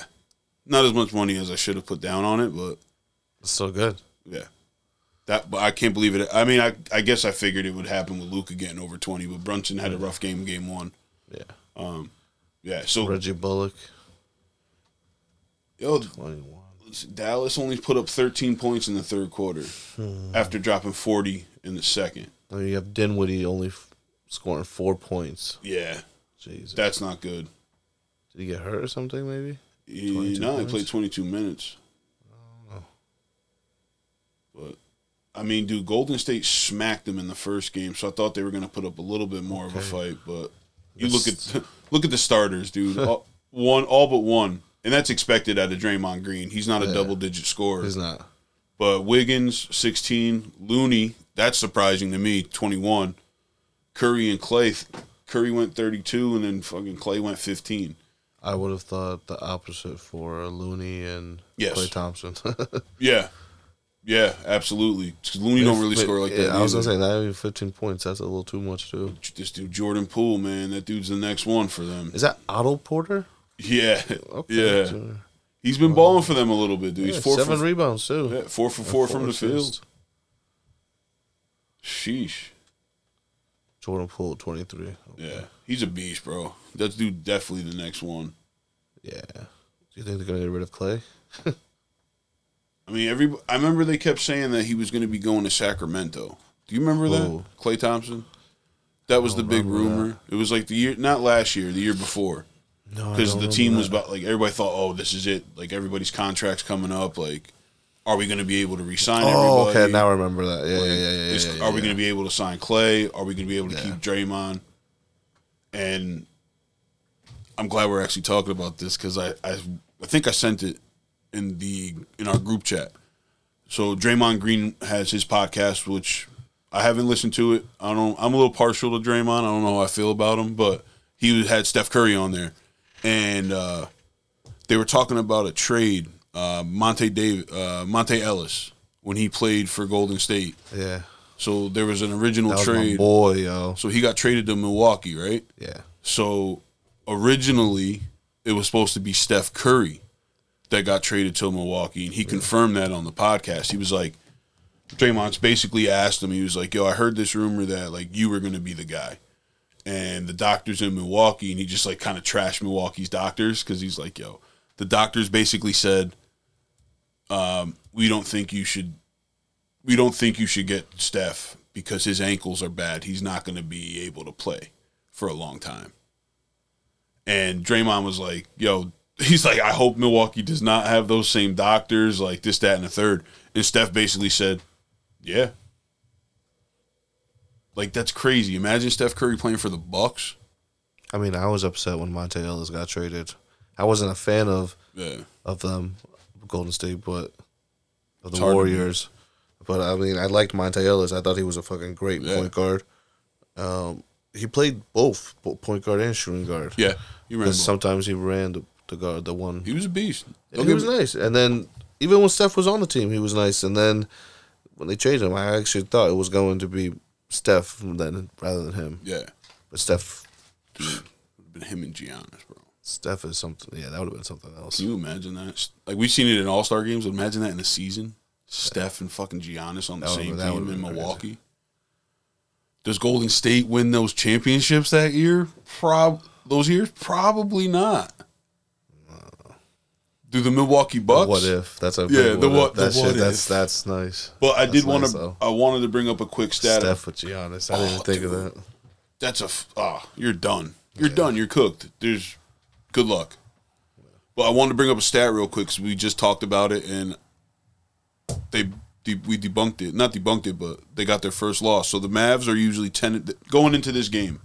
S3: Not as much money as I should have put down on it, but
S2: That's so good.
S3: yeah. That but I can't believe it. I mean, I I guess I figured it would happen with Luca getting over twenty, but Brunson had a rough game game one.
S2: Yeah.
S3: Yeah. So
S2: Reggie Bullock,
S3: yo,
S2: 21.
S3: Dallas only put up 13 points in the third quarter after dropping 40 in the second.
S2: Then you have Dinwiddie only f- scoring four points.
S3: Yeah,
S2: Jesus.
S3: that's not good.
S2: Did he get hurt or something, maybe?
S3: He,
S2: 22
S3: no, he
S2: points?
S3: played 22 minutes. But, I mean, dude, Golden State smacked them in the first game, so I thought they were going to put up a little bit more of a fight. But you look at look at the starters, dude. all, one, all but one, and that's expected out of Draymond Green. He's not a double digit scorer.
S2: He's not.
S3: But Wiggins, 16. Looney, that's surprising to me, 21. Curry and Clay. Curry went 32, and then fucking Clay went 15.
S2: I would have thought the opposite for Looney and
S3: Yes.
S2: Clay Thompson.
S3: Yeah. Yeah, absolutely. 'Cause Looney don't really
S2: But,
S3: score like
S2: yeah,
S3: that.
S2: I was
S3: either.
S2: going to say, not even 15 points. That's a little too much, too.
S3: This dude, Jordan Poole, man, that dude's the next one for them.
S2: Is that Otto Porter?
S3: Yeah.
S2: Okay,
S3: Yeah.
S2: so-
S3: He's been balling for them a little bit, dude.
S2: yeah,
S3: He's four
S2: seven
S3: for,
S2: rebounds, too.
S3: yeah, four for four,
S2: And
S3: from the
S2: assists.
S3: field. Sheesh.
S2: Jordan Poole, 23.
S3: Yeah. He's a beast, bro. That dude definitely the next one.
S2: Yeah. You think they're gonna get rid of Clay?
S3: I mean, every I remember they kept saying that he was going to be going to Sacramento. Do you remember
S2: Who?
S3: that, Clay Thompson? That was the big rumor. It was like the year, not last year, the year before,
S2: No,
S3: because the team was about like everybody thought, oh, this is it. Like everybody's contracts coming up. Like, are we going to be able to resign?
S2: Oh,
S3: everybody?
S2: okay. Now I remember that. Yeah, yeah, yeah, yeah.
S3: Is-
S2: yeah,
S3: are
S2: yeah,
S3: we going to be able to sign Clay? Are we going to be able to keep Draymond? And I'm glad we're actually talking about this because I, I I think I sent it in the in our group chat. So Draymond Green has his podcast, which I haven't listened to it. I don't. I'm a little partial to Draymond. I don't know how I feel about him, but he had Steph Curry on there, and uh, they were talking about a trade. Uh, Monte David, uh, Monte Ellis, when he played for Golden State,
S2: Yeah.
S3: so there was an original
S2: That was my
S3: trade.
S2: boy, yo.
S3: So he got traded to Milwaukee, right?
S2: Yeah.
S3: So originally it was supposed to be Steph Curry that got traded to Milwaukee, and he confirmed that on the podcast. He was like, Draymond's basically asked him. He was like, "Yo, I heard this rumor that like you were going to be the guy." And the doctors in Milwaukee, and he just like kind of trashed Milwaukee's doctors because he's like, "Yo, the doctors basically said, um, we don't think you should, we don't think you should get Steph because his ankles are bad. He's not going to be able to play for a long time." And Draymond was like, yo, he's like, I hope Milwaukee does not have those same doctors, like this, that, and the third. And Steph basically said, yeah. Like, that's crazy. Imagine Steph Curry playing for the Bucks.
S2: I mean, I was upset when Monte Ellis got traded. I wasn't a fan of
S3: Yeah.
S2: of them, Golden State, but of the
S3: hard to
S2: Warriors. But I mean, I liked Monte Ellis. I thought he was a fucking great
S3: Yeah.
S2: point guard. Um, he played both po- point guard and shooting guard.
S3: Yeah. You ran.
S2: 'Cause
S3: the ball.
S2: sometimes he ran the, the guard, the one.
S3: He was a beast.
S2: And
S3: Don't
S2: he
S3: get
S2: was
S3: me-
S2: nice. And then even when Steph was on the team, he was nice. And then when they traded him, I actually thought it was going to be Steph then rather than him.
S3: Yeah.
S2: But Steph,
S3: Would've Been him and Giannis, bro.
S2: Steph is something. Yeah, that would have been something else.
S3: Can you imagine that? Like, we've seen it in all star games. Imagine that in a season. Steph and fucking Giannis on the
S2: That would've-
S3: same
S2: that
S3: team
S2: would've
S3: in
S2: been crazy.
S3: Milwaukee. Does Golden State win those championships that year? Prob those years? Probably not. Do the Milwaukee Bucks?
S2: What if? That's a
S3: Yeah,
S2: big
S3: the what-
S2: if. That
S3: the what
S2: shit, that's
S3: if.
S2: that's nice.
S3: But I
S2: That's
S3: did want
S2: nice,
S3: to.
S2: though.
S3: I wanted to bring up a quick stat.
S2: Steph with Giannis. I didn't even
S3: Oh,
S2: think of
S3: dude.
S2: that.
S3: That's a f- ah. You're done. You're done. You're cooked. There's good luck. But I wanted to bring up a stat real quick because we just talked about it and they de- we debunked it. Not debunked it, but they got their first loss. So the Mavs are usually ten th- going into this game.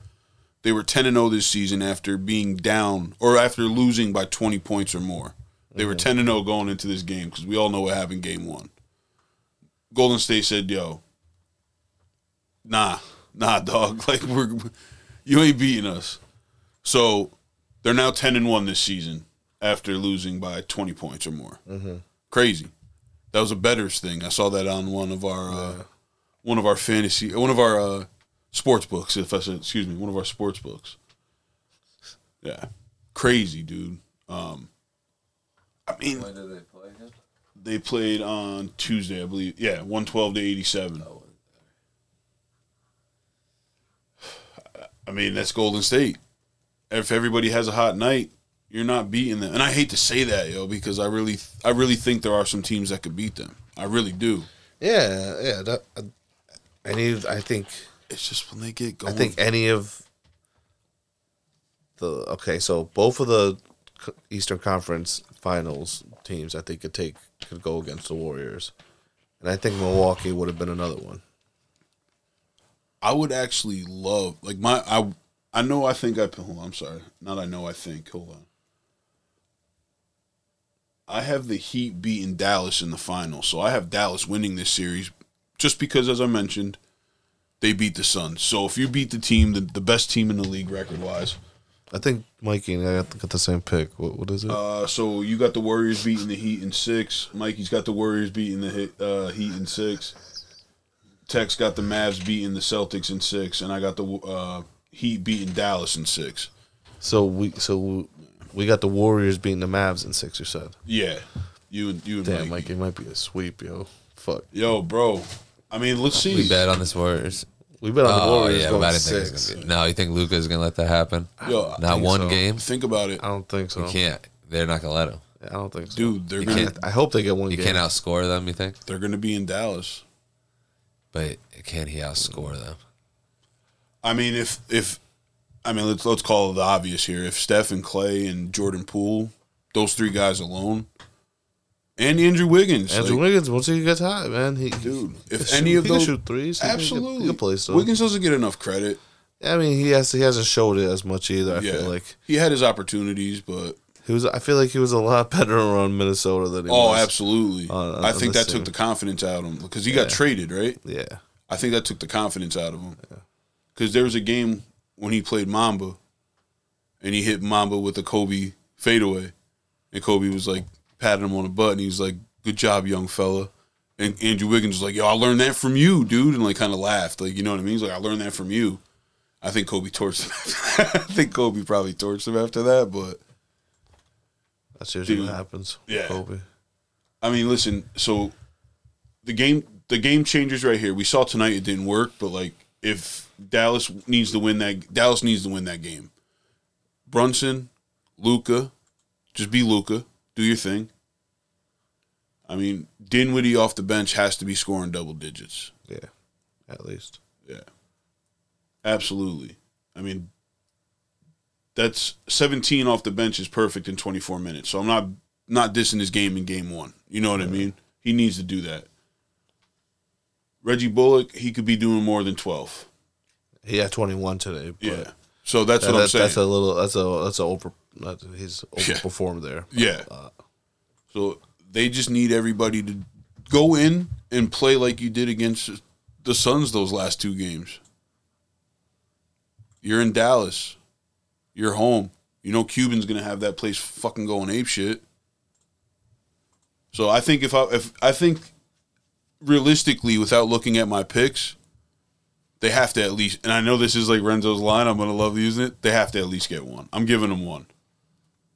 S3: They were ten and zero this season after being down or after losing by twenty points or more. They were ten and zero going into this game because we all know what happened game one. Golden State said, "Yo, nah, nah, dog. Like we're you ain't beating us." So they're now ten and one this season after losing by twenty points or more. Crazy. That was a betters thing. I saw that on one of our uh, one of our fantasy one of our uh, sports books. If I said excuse me, one of our sports books. Yeah, crazy dude. Um, I mean,
S4: When did they play him?
S3: they played on Tuesday, I believe. Yeah, one twelve to eighty
S4: Oh,
S3: seven. I mean, that's Golden State. If everybody has a hot night, you're not beating them. And I hate to say that, yo, because I really, I really think there are some teams that could beat them. I really do.
S2: Yeah, yeah. That, I, any, I think,
S3: It's just when they get
S2: I
S3: going.
S2: think any of the okay. So both of the c- Eastern Conference Finals teams, I think, could take could go against the Warriors, and I think Milwaukee would have been another one.
S3: I would actually love like my I I know I think I hold on, I'm sorry. Not I know I think. Hold on. I have the Heat beating Dallas in the final, so I have Dallas winning this series just because as I mentioned, they beat the Suns. So if you beat the team, the, the best team in the league record wise,
S2: I think Mikey and I got- got the same pick. What, what is it?
S3: uh, so you got the Warriors beating the Heat in six. Mikey's got the Warriors beating the Hit- uh, Heat in six. Tex got the Mavs beating the Celtics in six, and I got the uh, Heat beating Dallas in six.
S2: so we so we, we got the Warriors beating the Mavs in six. You said,
S3: Yeah, you and you and
S2: damn,
S3: Mikey.
S2: Mikey, it might be a sweep, yo. Fuck,
S3: Yo, bro. I mean, let's see.
S4: We bet on this Warriors.
S2: we've been on the
S4: Oh
S2: Warriors
S4: yeah, but I
S2: going
S4: didn't think
S2: six.
S4: it's gonna be. No, you think Luca's gonna let that happen?
S3: Yo,
S4: Not
S2: think
S4: one
S2: so.
S4: game.
S3: think about it.
S2: I don't think so.
S4: Can't. They're not gonna let him.
S2: I don't think so.
S3: dude. They're
S4: You
S3: gonna
S4: can't-
S2: I hope they get one
S4: You
S2: game.
S4: can't outscore them, you think?
S3: they're gonna be in Dallas.
S4: But can he outscore them?
S3: I mean, if if I mean, let's let's call it the obvious here. If Steph and Clay and Jordan Poole, those three guys alone, and Andrew Wiggins,
S2: Andrew
S3: like,
S2: Wiggins, once he gets hot, man, he
S3: dude,
S2: he can
S3: if
S2: shoot-
S3: any of
S2: he can
S3: those,
S2: shoot threes, he can- he
S3: absolutely,
S2: can play so.
S3: Wiggins doesn't get enough credit.
S2: I mean, he has he hasn't showed it as much either. I
S3: Yeah,
S2: feel like
S3: he had his opportunities, but
S2: he was. I feel like he was a lot better on Minnesota than he
S3: oh,
S2: was. uh,
S3: absolutely,
S2: on- on
S3: I think
S2: this
S3: that took
S2: team.
S3: the confidence out of him because he got traded, right?
S2: Yeah,
S3: I think that took the confidence out of him. Because there was a game when he played Mamba, and he hit Mamba with a Kobe fadeaway, and Kobe was like patting him on the butt, and he was like, "Good job, young fella." And Andrew Wiggins was like, "Yo, I learned that from you, dude," and like kind of laughed, like you know what I mean? He's like, "I learned that from you." I think Kobe torched him. after that. I think Kobe probably torched him after that, but
S2: that's usually
S3: Dude.
S2: what happens. with
S3: Yeah.
S2: Kobe.
S3: I mean, listen. So the game, the game changers right here. We saw tonight it didn't work, but like if Dallas needs to win that, Dallas needs to win that game. Brunson, Luca, just be Luca. Do your thing. I mean, Dinwiddie off the bench has to be scoring double digits.
S2: Yeah, at least.
S3: Yeah, absolutely. I mean, that's 17 off the bench is perfect in 24 minutes. So I'm not not dissing his game in game one. You know what I mean? He needs to do that. Reggie Bullock, he could be doing more than 12.
S2: He had 21 today. But
S3: Yeah. So that's
S2: that-
S3: what I'm
S2: that-
S3: saying.
S2: that's a little. That's a that's a over. That, he's
S3: Yeah.
S2: overperformed there.
S3: Yeah.
S2: Uh,
S3: So they just need everybody to go in and play like you did against the Suns those last two games. You're in Dallas. You're home. You know Cuban's gonna have that place fucking going ape shit. So I think if I if I think realistically, without looking at my picks, they have to at least. And I know this is like Renzo's line. I'm gonna love using it. They have to at least get one. I'm giving them one.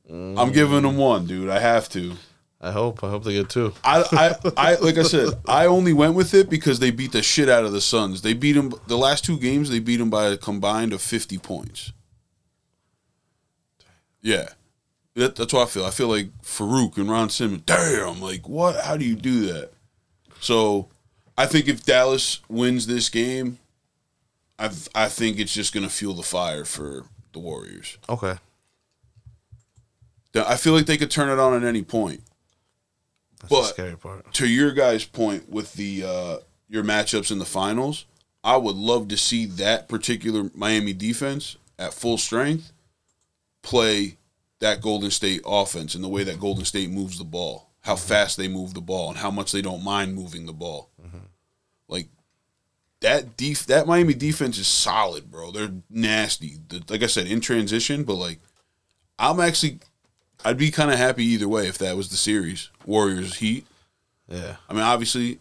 S3: I'm giving them one, dude. I have to.
S2: I hope. I hope they get two.
S3: I, I, I, like I said, I only went with it because they beat the shit out of the Suns. They beat them the last two games. They beat them by a combined of fifty points. Yeah, that, that's what I feel. I feel like Farouk and Ron Simmons. Damn, like what? How do you do that? So, I think if Dallas wins this game, I, I think it's just gonna fuel the fire for the Warriors.
S2: Okay.
S3: Th- I feel like they could turn it on at any point.
S2: That's
S3: But-
S2: the scary part.
S3: to your guys' point with the uh, your matchups in the finals, I would love to see that particular Miami defense at full strength play that Golden State offense and the way that Golden State moves the ball, how fast they move the ball, and how much they don't mind moving the ball. Like that def- that Miami defense is solid, bro. They're nasty. The- like I said, in transition, but like I'm actually. I'd be kind of happy either way if that was the series. Warriors Heat.
S2: Yeah.
S3: I mean, obviously,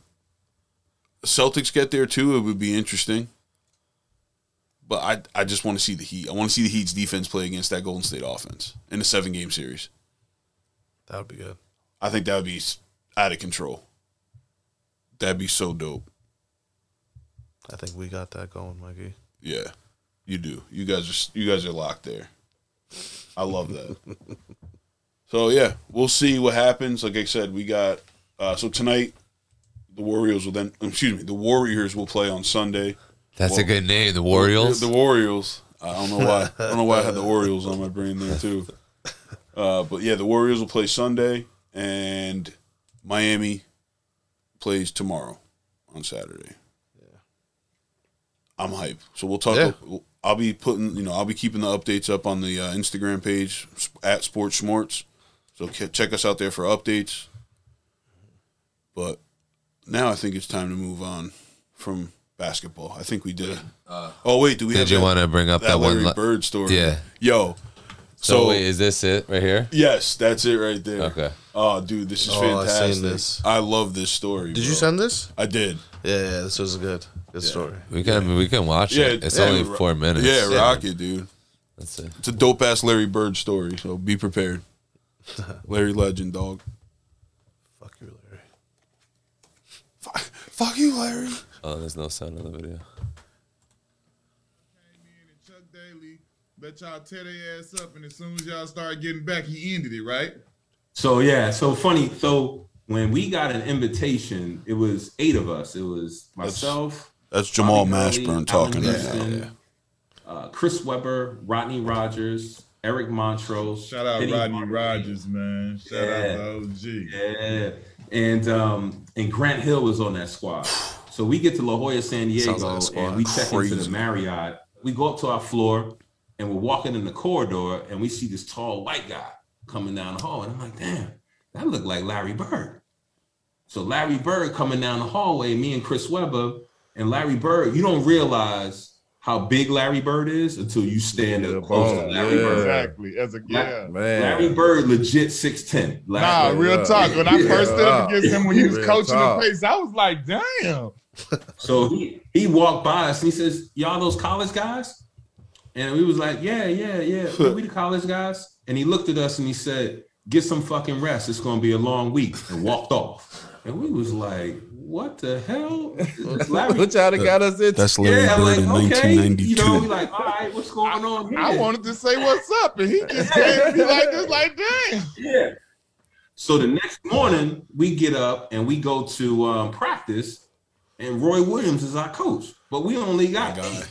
S3: Celtics get there too. It would be interesting. But I, I just want to see the Heat. I want to see the Heat's defense play against that Golden State offense in a seven game series.
S2: That would be good.
S3: I think that would be s- out of control. That'd be so dope.
S2: I think we got that going, Mikey.
S3: Yeah, you do. You guys are s- you guys are locked there. I love that. so yeah, we'll see what happens. Like I said, we got uh, so tonight the Warriors will then excuse me the Warriors will play on Sunday.
S4: That's a good name, the Warriors.
S3: The Orioles. I don't know why. I don't know why I had the Orioles on my brain there too. Uh, but yeah, the Warriors will play Sunday, and Miami plays tomorrow on Saturday. I'm hype. So we'll talk.
S2: Yeah.
S3: I'll be putting, you know, I'll be keeping the updates up on the uh, Instagram page sp- at Sports Schmorts. So ke- check us out there for updates. But now I think it's time to move on from basketball. I think we did. it. oh wait, do we have
S4: Uh, Did you
S3: that-
S4: want to bring up
S3: that,
S4: that, one?
S3: Larry
S4: li-
S3: Bird story.
S4: Yeah.
S3: Yo.
S4: so,
S3: So,
S4: wait, is this it right here?
S3: yes, that's it right there.
S4: Okay.
S3: Oh, dude, this is
S2: Oh, I seen
S3: fantastic. I,
S2: this.
S3: love this story.
S2: Did you
S3: bro.
S2: send this?
S3: I did.
S2: Yeah, yeah this was good. Good story.
S4: We can we can watch
S3: Yeah,
S4: it. It's
S3: yeah,
S4: only
S3: ro-
S4: four minutes.
S3: Yeah, rock it, dude.
S4: That's it.
S3: It's a dope ass Larry Bird story, so be prepared. Larry Legend, dog.
S2: Fuck you, Larry.
S3: Fuck, fuck you, Larry.
S4: Oh, there's no sound on the video.
S6: came in and Chuck Daly let y'all tear their ass up, and as soon as y'all started getting back, he ended it, right? So yeah, so funny. So when we got an invitation, it was eight of us. It was myself,
S3: That's Jamal
S6: Bobby Hurley,
S3: Mashburn talking
S6: Allen
S3: right now.
S6: Houston,
S3: yeah.
S6: uh, Chris Webber, Rodney Rogers, Eric Montrose.
S1: Shout out
S6: Kenny
S1: Rodney
S6: Martin.
S1: Rogers, man. Shout
S6: Yeah.
S1: out to OG.
S6: Yeah, and um, and Grant Hill was on that squad. So we get to La Jolla, San Diego,
S2: Sounds like a squad.
S6: and we check into the
S3: Crazy.
S6: Marriott. We go up to our floor, and we're walking in the corridor, and we see this tall white guy coming down the hall, and I'm like, damn, that looked like Larry Bird. So Larry Bird coming down the hallway, me and Chris Webber, and Larry Bird. You don't realize how big Larry Bird is until you stand
S2: Yeah,
S6: up close to
S2: boom.
S6: Larry
S2: Yeah.
S6: Bird.
S1: Exactly. As a yeah.
S2: Man.
S6: Larry Bird, legit six ten.
S1: Nah, real talk. When I
S2: Yeah.
S1: first stood up against him when he was
S2: Real
S1: coaching the
S2: talk.
S1: pace, I was like, damn.
S6: So he, he walked by us and he says, Y'all those college guys? And we was like, Yeah, yeah, yeah. Are we the college guys? And he looked at us and he said, Get some fucking rest. It's gonna be a long week. And walked off. And we was like, What the hell? It's Larry.
S2: Which y'all done got us into?
S3: That's Larry
S6: Yeah, I'm
S3: Bird in
S6: like, okay.
S3: 1992.
S6: You know, we like, all right, what's going on here?
S1: I wanted to say what's up, and he just came to me like this, like, damn.
S6: Yeah. So the next morning, we get up and we go to um, practice, and Roy Williams is our coach, but we only got eight.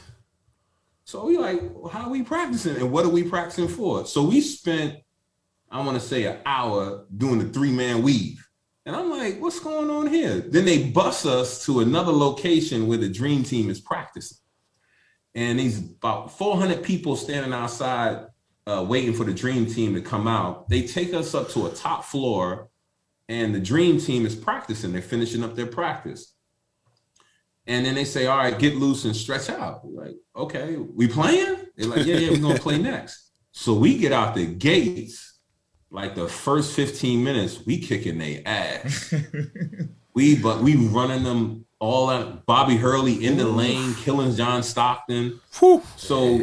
S6: So we like, well, how are we practicing, and what are we practicing for? So we spent, I want to say, an hour doing the three man weave, and I'm like, what's going on here? Then they bus us to another location where the dream team is practicing, and these about 400 people standing outside uh, waiting for the dream team to come out. They take us up to a top floor, and the dream team is practicing. They're finishing up their practice, and then they say, "All right, get loose and stretch out." We're like, okay, we playing? They're like, "Yeah, yeah, we're gonna play next." So we get out the gates. Like the first 15 minutes, we kicking their ass. we but we running them all out. Bobby Hurley in the lane, killing John Stockton. So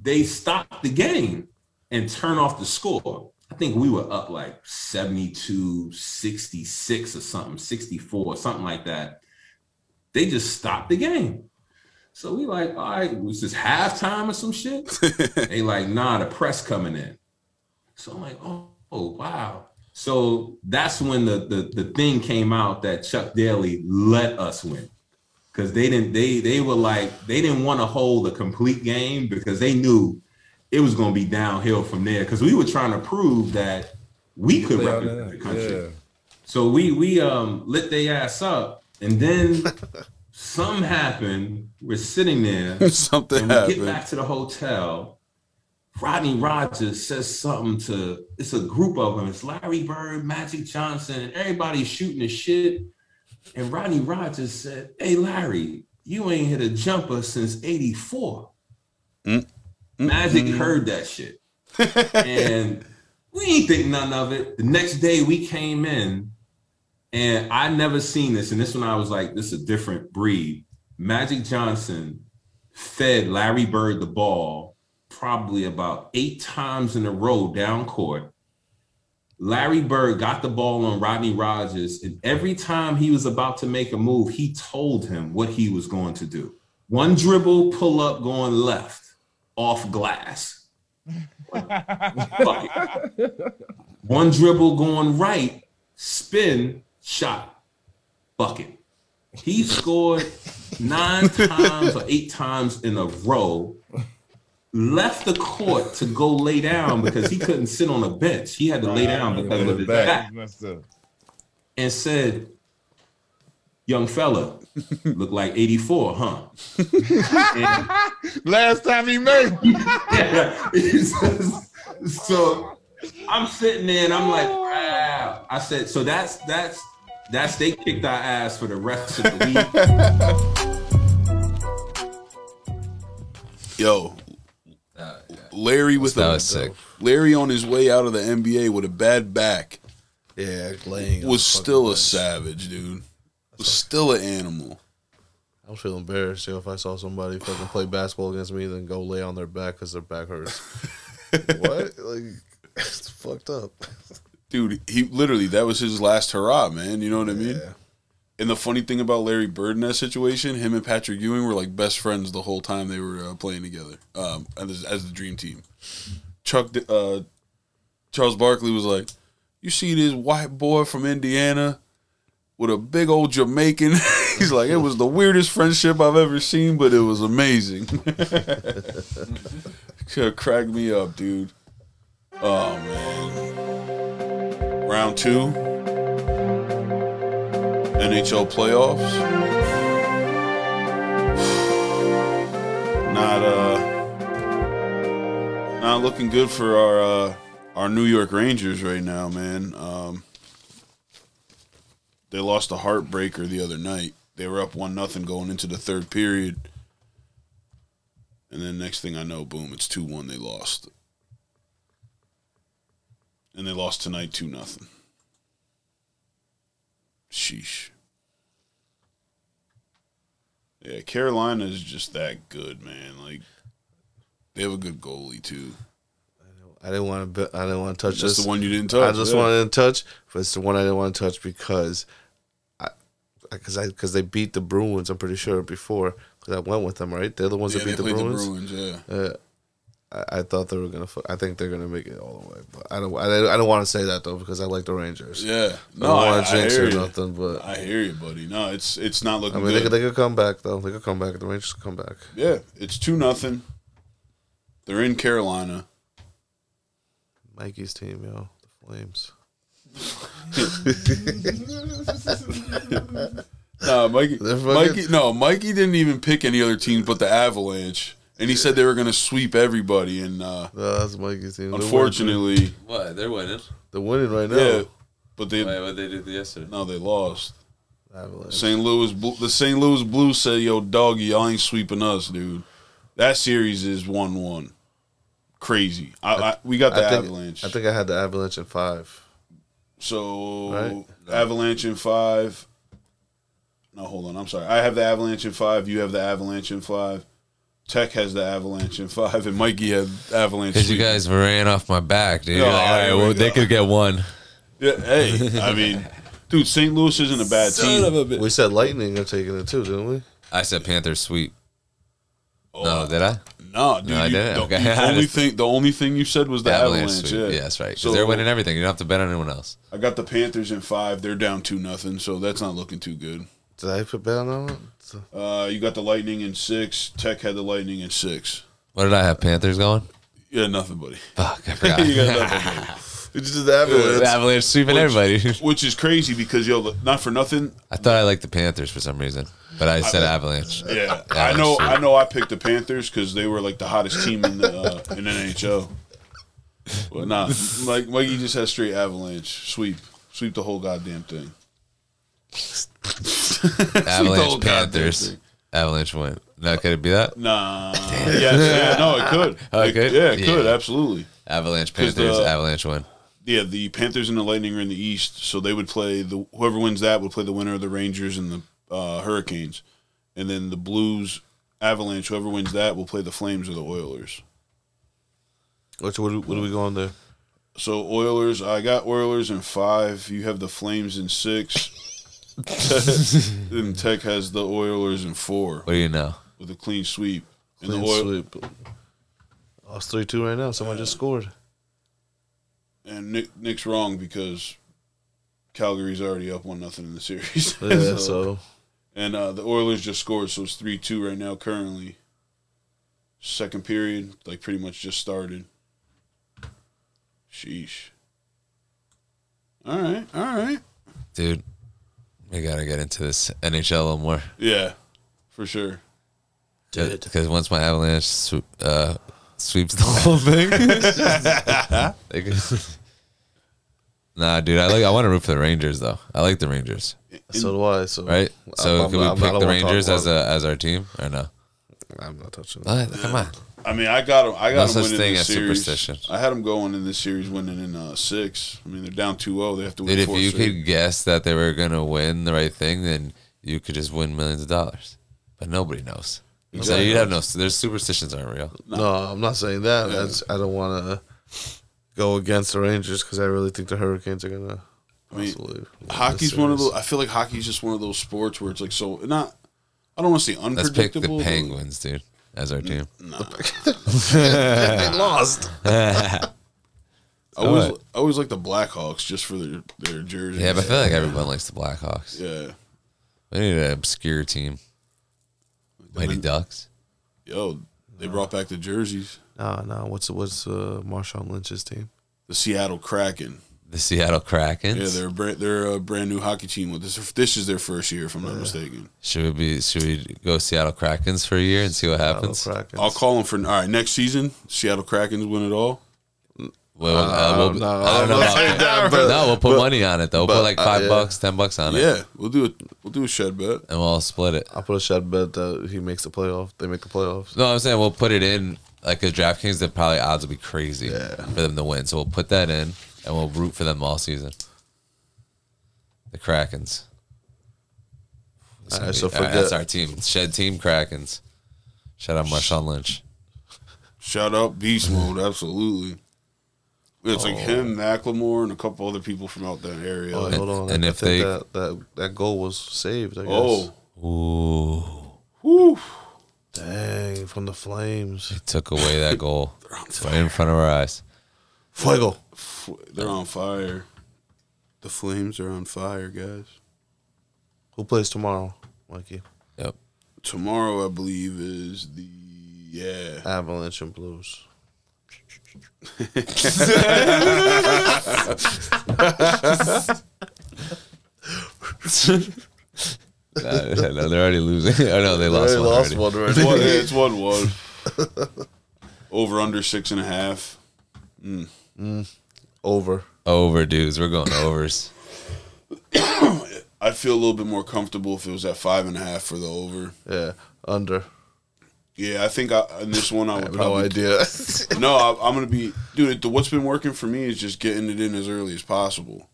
S6: they stopped the game and turn off the score. I think we were up like 72, 66 or something, 64, something like that. They just stopped the game. So we like, all right, was this halftime or some shit? they like, nah, the press coming in. So I'm like, oh, oh wow. So that's when the, the the thing came out that Chuck Daly let us win because they didn't they they were like they didn't want to hold a complete game because they knew it was going to be downhill from there because we were trying to prove that we could
S2: Yeah,
S6: represent the country.
S2: yeah.
S6: So we we um lit their ass up, and then something happened. We're sitting there,
S3: Something
S6: and we get
S3: happened.
S6: back to the hotel. Rodney Rogers says something to it's a group of them. It's Larry Bird, Magic Johnson, and everybody's shooting the shit. And Rodney Rogers said, "Hey Larry, you ain't hit a jumper since '84." Magic heard that shit and we ain't think nothing of it. The next day we came in, and I never seen this. And this one I was like, this is a different breed. Magic Johnson fed Larry Bird the ball probably about eight times in a row down court. Larry Bird got the ball on Rodney Rogers, and every time he was about to make a move, he told him what he was going to do. One dribble, pull up, going left, off glass. Fuck it. One dribble going right, spin, shot, bucket. He scored nine times or eight times in a row, left the court to go lay down because he couldn't sit on a bench. He had to lay down because of his back
S1: Back. Messed up.
S6: and said, Young fella, look like 84, huh?
S1: Last time he made
S6: so I'm sitting there and I'm like, wow. I said, so that's that's that's they kicked our ass for the rest of the week.
S3: Yo, Larry with
S4: Uh, That
S3: a
S4: was sick.
S3: Larry on his way out of the NBA with a bad back
S2: Yeah, laying. on
S3: was
S2: the fucking
S3: still a
S2: bench.
S3: savage, dude. Was still an animal.
S2: I would feel embarrassed yo, if I saw somebody fucking play basketball against me, then go lay on their back because their back hurts. what? Like, it's fucked up.
S3: Dude, he literally that was his last hurrah, man. You know what I mean? And the funny thing about Larry Bird in that situation, him and Patrick Ewing were like best friends the whole time they were uh, playing together um, as, as the dream team. Chuck, D- uh, Charles Barkley was like, You see this white boy from Indiana with a big old Jamaican. He's like, it was the weirdest friendship I've ever seen, but it was amazing. Could've Cracked me up, dude. Oh man. Round two. NHL playoffs. Not uh not looking good for our uh our New York Rangers right now, man. Um they lost a heartbreaker the other night. They were up one nothing going into the third period. And then next thing I know, boom, it's two one they lost. And they lost tonight two nothing. Sheesh. Yeah, Carolina is just that good, man. Like they have a good goalie too.
S2: I didn't want to. I didn't want to touch
S3: Just
S2: this.
S3: the one you didn't touch.
S2: I just
S3: yeah.
S2: wanted to touch, but it's the one I didn't want to touch because, I, because I because they beat the Bruins. I'm pretty sure before because I went with them. Right, they're the ones
S3: Yeah,
S2: that
S3: they
S2: beat the
S3: played
S2: Bruins. Uh,
S3: the Bruins. Yeah.
S2: I, I thought they were gonna. fu- I think they're gonna make it all the way. But I don't. I, don't- I don't want to say that though because I like the Rangers.
S3: Yeah.
S2: I
S3: No,
S2: don't
S3: I,
S2: want
S3: I
S2: to jinx
S3: hear
S2: or
S3: you.
S2: nothing, but I,
S3: I hear you, buddy. No, it's it's not looking
S2: mean they
S3: good.
S2: could, they could come back though. They could come back. The Rangers could come back.
S3: yeah, it's two nothing. They're in Carolina.
S2: Mikey's team, yo, the Flames.
S3: No, Mikey.
S2: They're fucking-
S3: Mikey. No, Mikey didn't even pick any other teams but the Avalanche, and he said they were going to sweep everybody. And uh,
S2: No, that's Mikey's team. They're
S3: unfortunately,
S4: What? They're winning.
S2: winning. they're winning right
S3: yeah,
S2: now.
S3: but they
S4: Wait, what they did yesterday?
S3: no, they lost.
S2: Avalanche.
S3: St. Louis, Blu- the St. Louis Blues said, "Yo, doggy, y'all ain't sweeping us, dude." That series is one-one. Crazy. I, I, we got the
S2: I think,
S3: Avalanche.
S2: I think I had the Avalanche in five.
S3: So
S2: Right?
S3: Avalanche in five. No, hold on. I'm sorry. I have the Avalanche in five. You have the Avalanche in five. Tech has the Avalanche in five, and Mikey had Avalanche.
S4: Because you
S3: sweep.
S4: guys ran off my back, dude.
S3: No,
S4: You're like, all right,
S3: here
S4: well,
S3: we
S4: they
S3: go.
S4: could get one.
S3: Yeah, hey, I mean, dude, St. Louis isn't a bad team.
S2: We said Lightning are taking it too, didn't we?
S4: I said Panthers sweep.
S3: Oh,
S4: no, did I?
S3: nah, dude.
S4: I
S3: you-
S4: didn't.
S3: The,
S4: Okay.
S3: the only thing, the only thing you said was the Avalanche.
S4: sweep.
S3: yeah.
S4: yeah, that's right. 'Cause
S3: So
S4: they're winning everything. You don't have to bet on anyone else.
S3: I got the Panthers in five. They're down two nothing, so that's not looking too good.
S2: Did I put down on it? So-
S3: Uh, you got the Lightning in six. Tech had the Lightning in six.
S4: What did I have? Panthers going?
S3: Yeah, nothing, buddy.
S4: Fuck, I forgot.
S3: you got nothing. buddy.
S2: We just did the Avalanche.
S4: The Avalanche sweeping everybody.
S3: which is crazy because yo, look, not for nothing.
S4: I thought I liked the Panthers for some reason, but I said Avalanche.
S3: Yeah, I
S4: Avalanche
S3: know.
S4: sweep.
S3: I know. I picked the Panthers because they were like the hottest team in the uh, in NHL. But nah, like Mikey just has straight Avalanche sweep, sweep the whole goddamn thing.
S4: Avalanche
S3: whole goddamn
S4: Panthers.
S3: thing.
S4: Avalanche win. No, could it be that?
S3: Nah, yeah, yeah, no, it could.
S4: Oh, it
S3: It-
S4: could?
S3: Yeah, it could
S4: Yeah.
S3: absolutely.
S4: Avalanche
S3: 'Cause the-
S4: Panthers. Avalanche win.
S3: Yeah, the Panthers and the Lightning are in the East, so they would play the whoever wins that would play the winner of the Rangers and the uh, Hurricanes, and then the Blues, Avalanche, whoever wins that will play the Flames or the Oilers.
S2: Which what, do- what are we going there?
S3: So Oilers, I got Oilers in five. You have the Flames in six. and Tech has the Oilers in four
S4: What do you know?
S3: with a clean sweep. And
S2: Clean
S3: the Oil-
S2: sweep. Oh, it's three two right now. Someone just scored.
S3: and Nick Nick's wrong because Calgary's already up one nothing in the series. So-
S2: Yeah, so
S3: And uh, the Oilers just scored, so it's three two right now currently. Second period, like pretty much just started. Sheesh. All right, all right.
S4: Dude, we got to get into this NHL a little more.
S3: Yeah, for sure.
S4: Because once my Avalanche sw- uh, sweeps the whole thing, they could- nah, dude. I like. I want to root for the Rangers though. I like the Rangers,
S2: so do I. So
S4: right? So
S2: I'm-
S4: can we
S2: I'm- I
S4: pick
S2: don't
S4: the
S2: wanna talk
S4: Rangers as
S2: about
S4: a as our team or no?
S2: it. I'm not touching. it.
S4: What? Come on.
S3: I mean, I got them. I
S4: No
S3: got
S4: such
S3: them winning
S4: thing
S3: this
S4: as
S3: series.
S4: superstition.
S3: I had them going in this series, winning in uh, six. I mean, they're down 2-0. They have to win
S4: Dude, if
S3: four.
S4: you
S3: straight.
S4: could guess that they were gonna win the right thing, then you could just win millions of dollars. But nobody knows. So
S2: Exactly.
S4: you have no. Their superstitions aren't real.
S2: No, I'm not saying that. That's, I don't want to go against the Rangers because I really think the Hurricanes are gonna.
S3: mean,
S2: possibly win this
S3: hockey's one of
S2: series.
S3: those. I feel like hockey's just one of those sports where it's like so not. I don't want to say
S4: Let's pick
S3: unpredictable.
S4: the
S3: but-
S4: Penguins, dude, as our team.
S2: they lost.
S3: I always
S4: right.
S3: I always like the Blackhawks just for their their jerseys.
S4: Yeah, but I feel like everyone likes the Blackhawks.
S3: yeah.
S4: We need an obscure team. Mighty Ducks.
S3: Yo, they brought back the jerseys.
S2: No, no. What's what's uh, Marshawn Lynch's team?
S3: The Seattle Kraken.
S4: The Seattle Kraken.
S3: Yeah, they're a brand, they're a brand new hockey team. Well, This this is their first year, if I'm not mistaken.
S4: Should we be? Should we go Seattle Krakens for a year and see what happens?
S2: Hello, Kraken.
S3: I'll call them for all right next season. Seattle Krakens win it all.
S4: Well, uh, we'll,
S2: no,
S4: I don't know. About
S2: I
S4: that.
S2: don't know.
S4: no, we'll put money on it though. We'll put like
S2: uh,
S4: five
S2: yeah.
S4: bucks, ten bucks on it,
S3: Yeah, we'll do it. We'll do a shed bet.
S4: and we'll all split it.
S2: I'll put a shot bet that he makes the playoff. They make the playoffs.
S4: No, I'm saying we'll put it in like a DraftKings. The probably odds will be crazy for them to win. So we'll put that in, and we'll root for them all season. The Krakens. That's
S2: All
S4: gonna
S2: right,
S4: be-
S2: so
S4: all right,
S2: forget-
S4: that's our team. Shed team Krakens. Shout out Marshawn Lynch.
S3: Shout out Beast Mode, absolutely. It's
S4: Oh.
S3: like him, Macklemore, and a couple other people from out that area.
S2: Oh,
S3: Like,
S2: hold on.
S4: and
S2: I,
S4: if
S2: I think
S4: they-
S2: that, that that goal was saved, I guess.
S3: oh,
S4: Ooh,
S3: whew.
S2: dang! From the flames,
S4: took away that goal right in front of our eyes.
S2: fuego.
S3: they're on fire. The Flames are on fire, guys.
S2: Who plays tomorrow, Mikey?
S4: Yep.
S3: Tomorrow, I believe, is the yeah.
S2: Avalanche and Blues.
S4: No, no, they're already losing. Oh no, they lost
S2: They
S4: one.
S2: lost
S4: already.
S2: one already.
S3: It's one, it's one one. Over under six and a half.
S2: Over.
S4: Over, dudes. We're going overs.
S3: I'd feel a little bit more comfortable if it was at five and a half for the over.
S2: Yeah. Under.
S3: Yeah, I think I, in this one I would
S2: I have no
S3: probably
S2: idea.
S3: No, I, I'm gonna be, dude. The, what's been working for me is just getting it in as early as possible.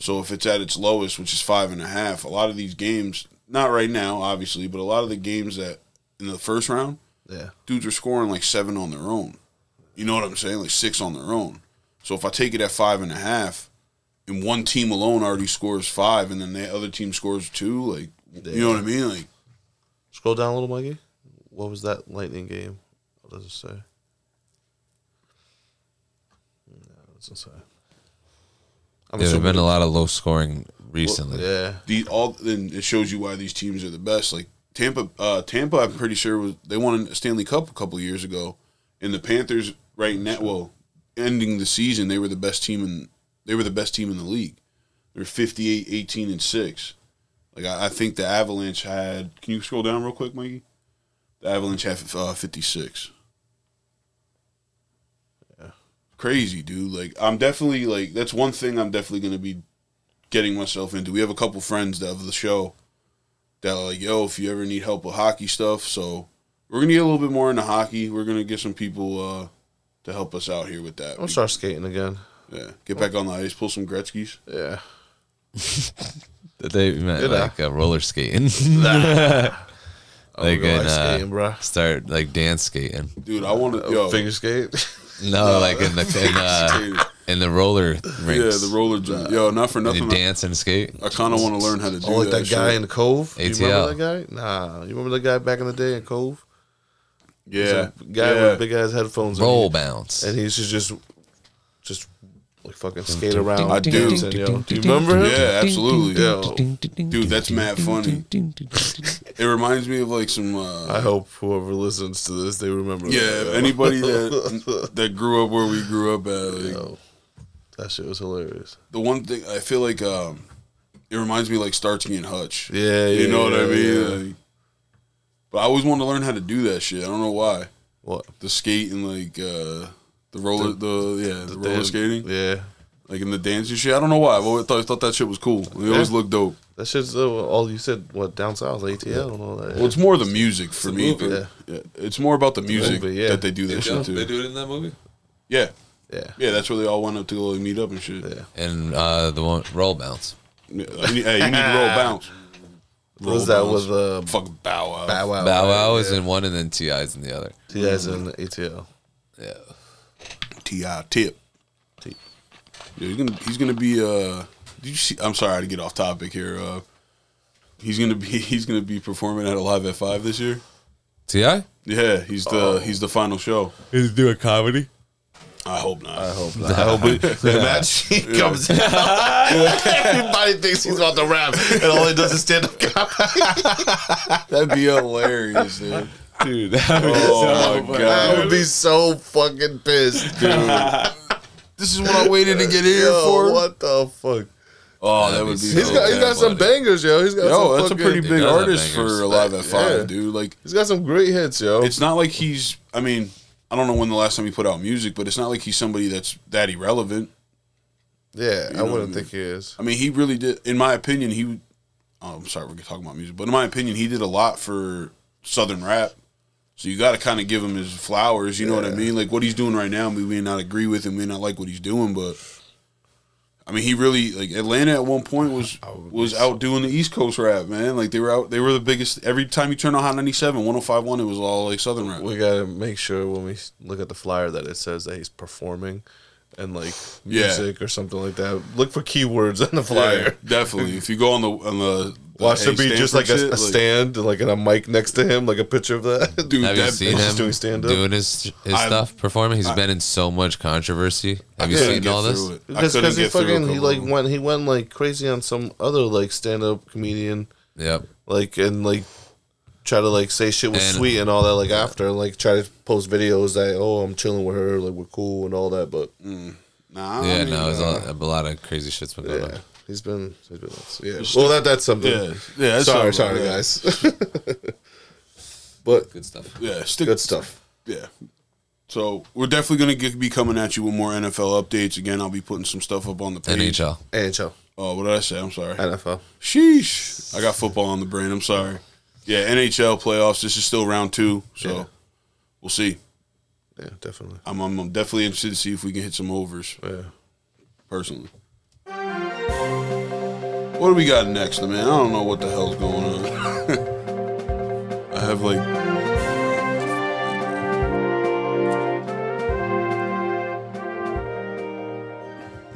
S3: So if it's at its lowest, which is five and a half, a lot of these games, not right now, obviously, but a lot of the games that in the first round,
S2: yeah.
S3: dudes are scoring like seven on their own. You know what I'm saying? Like six on their own. So if I take it at five and a half, and one team alone already scores five, and then the other team scores two, like you know what I mean? Like
S2: Scroll down a little, Mikey. What was that lightning game? What does it say? No, it doesn't say. I'm
S4: There's
S2: assuming
S4: been a lot of low scoring recently.
S2: Yeah.
S3: the all then it shows you why these teams are the best. Like Tampa, uh, Tampa, I'm pretty sure was they won a Stanley Cup a couple years ago, and the Panthers right now, well, ending the season, they were the best team in they were the best team in the league. They're 58, 18, and six. Like I, I think the Avalanche had. Can you scroll down real quick, Mikey? The Avalanche had uh, 56. Crazy dude, like I'm definitely like that's one thing I'm definitely gonna be getting myself into. We have a couple friends that of the show that are like, yo, if you ever need help with hockey stuff, so we're gonna get a little bit more into hockey. We're gonna get some people uh, to help us out here with that.
S2: I'm gonna start skating again.
S3: yeah, get back on the ice, pull some Gretzky's.
S2: Yeah.
S4: That They meant
S2: Did I?
S4: like uh, roller skating.
S2: I'm
S4: like
S2: gonna
S4: and,
S2: go ice skating,
S4: uh,
S2: bro.
S4: start like dance skating.
S3: Dude, I
S2: Uh,
S3: want
S2: oh,
S3: to yo.
S2: Figure skate.
S4: No, like in the in, uh,
S3: skating.
S4: in the roller
S3: yeah,
S4: rinks.
S3: the roller
S2: Uh,
S3: jump. Yo, not for
S4: And you
S3: nothing. I,
S4: dance and skate.
S3: kind of want to learn how to do
S2: Oh, like that guy
S3: shit.
S2: in the Cove. You remember
S4: ATL.
S2: that guy? Nah. You remember that guy back in the day in Cove?
S3: yeah,
S2: Some guy
S3: yeah.
S2: with big ass headphones. on.
S4: Roll bounce.
S2: and he used to just just like fucking skate around.
S3: I do.
S2: dudes and, yo, do you remember him?
S3: Yeah, absolutely.
S2: Yo,
S3: Dude, that's mad funny. It reminds me of like some. Uh,
S2: I hope whoever listens to this they remember.
S3: yeah,
S2: that.
S3: anybody that that grew up where we grew up at, like,
S2: Yo, that shit was hilarious.
S3: the one thing I feel like um, it reminds me like Starsky and Hutch.
S2: Yeah,
S3: you
S2: yeah,
S3: know what I
S2: yeah,
S3: mean.
S2: yeah.
S3: Like, but I always wanted to learn how to do that shit. I don't know why.
S2: What
S3: The skate and like uh, the roller, the, yeah, the, roller
S2: Damn.
S3: skating,
S2: Yeah,
S3: like in the dancing shit. I don't know why. I've always thought, thought that shit was cool. It always looked dope.
S2: that shit's uh, all you said. What down south, ATL, and all that.
S3: Well, it's more the music for me.
S2: movie.
S3: but- yeah, It's more about the music
S2: movie, yeah.
S3: that they do that shit
S4: they
S3: to.
S4: do it in that movie.
S3: Yeah,
S2: yeah,
S3: yeah, that's where they all went up to go and meet up and shit.
S2: Yeah.
S4: And uh, the one roll bounce.
S3: Yeah, like, hey, you need to roll bounce.
S2: what was that
S3: bounce.
S2: with uh,
S3: Fuck Bow Wow.
S2: Bow Wow?
S4: Bow Wow
S2: right?
S4: is in one, and then Ti's in the other.
S2: Yeah. He has an ATL.
S4: Yeah.
S3: Ti Tip.
S2: Tip.
S3: Yeah, he's gonna he's gonna be. Uh, did you see? I'm sorry to get off topic here. Uh, he's gonna be he's gonna be performing at a live at five this year.
S4: Ti?
S2: Oh.
S3: Yeah, he's the he's the final show.
S4: Is doing comedy?
S3: I hope not.
S2: I hope not. I hope we, the match he comes out. Everybody thinks he's about to rap, and all he does is stand up comedy.
S3: That'd be hilarious, dude.
S4: dude. That was
S3: Oh my
S2: I would
S3: god,
S2: be so fucking pissed.
S3: dude. This is what I waited to get here
S2: Yo,
S3: for.
S2: what the fuck?
S3: Oh, that
S4: That'd
S3: would
S4: be
S3: be.
S4: sick.
S2: He's
S3: so
S2: got he's
S3: bad.
S2: got some
S4: buddy.
S2: bangers, yo. He's got
S3: Yo,
S2: some
S3: that's a
S2: fucking-
S4: He
S3: pretty
S4: does
S3: big
S4: have
S3: artist
S4: bangers.
S3: for Alive at Five,
S2: Yeah. Oh.
S3: dude. Like,
S2: He's got some great hits, yo.
S3: it's not like he's. I mean, I don't know when the last time he put out music, but it's not like he's somebody that's that irrelevant.
S2: yeah, I
S3: know what I
S2: wouldn't
S3: mean.
S2: think he is.
S3: I mean, he really did. In my opinion, he. Oh, I'm sorry, we're talking about music, but in my opinion, he did a lot for Southern rap. So you got to kind of give him his flowers. You know what I mean? Like what he's doing right now, we may not agree with him, may not like what he's doing, but I mean, he really like Atlanta at one point was was out doing the East Coast rap, man. Like they were out, they were the biggest. Every time you turn on Hot oh 97, 105.1, it was all like Southern rap.
S2: We gotta make sure when we look at the flyer that it says that he's performing and like
S3: Yeah.
S2: music or something like that. Look for keywords on the flyer.
S3: Yeah, definitely. If you go on the on the
S2: Watch
S3: the
S2: there be just like a, a stand, like and a mic next to him, like a picture of that.
S3: dude.
S4: Have you
S3: that-
S4: seen
S2: he's
S4: him
S2: doing stand-up?
S4: doing his his
S3: I-
S4: stuff performing? He's
S3: I-
S4: been in so much controversy. Have you
S3: couldn't
S4: seen
S3: get
S4: all this?
S3: through it. I
S2: Just
S3: couldn't
S2: because he
S3: get through
S2: fucking
S3: a
S2: he
S3: couple
S2: like
S3: of them.
S2: went he went like crazy on some other like stand up comedian
S4: Yep.
S2: like and like try to like say shit was
S4: And-
S2: sweet and all that like after like try to post videos that oh I'm chilling with her like we're cool and all that but
S3: Nah, I
S4: Yeah,
S3: mean,
S4: no, it's
S3: uh,
S4: a, a lot of crazy shit's been going
S2: yeah
S4: on.
S2: he's been, he's been yeah well that that's something
S3: Yeah, yeah. that's
S2: sorry
S3: something,
S2: sorry
S3: yeah.
S2: guys but
S4: Good stuff.
S3: Yeah, stick,
S2: good stuff
S3: Yeah. So we're definitely gonna get, be coming at you with more NFL updates. Again, I'll be putting some stuff up on the page.
S4: NHL.
S2: NHL
S3: Oh, what did I say? I'm sorry.
S2: NFL
S3: Sheesh. I got football on the brain. I'm sorry. Yeah, NHL playoffs. This is still round two, so
S2: Yeah.
S3: we'll see.
S2: yeah definitely
S3: I'm, I'm I'm definitely interested to see if we can hit some overs
S2: yeah
S3: personally. What do we got next, man? I don't know what the hell's going on. I have like.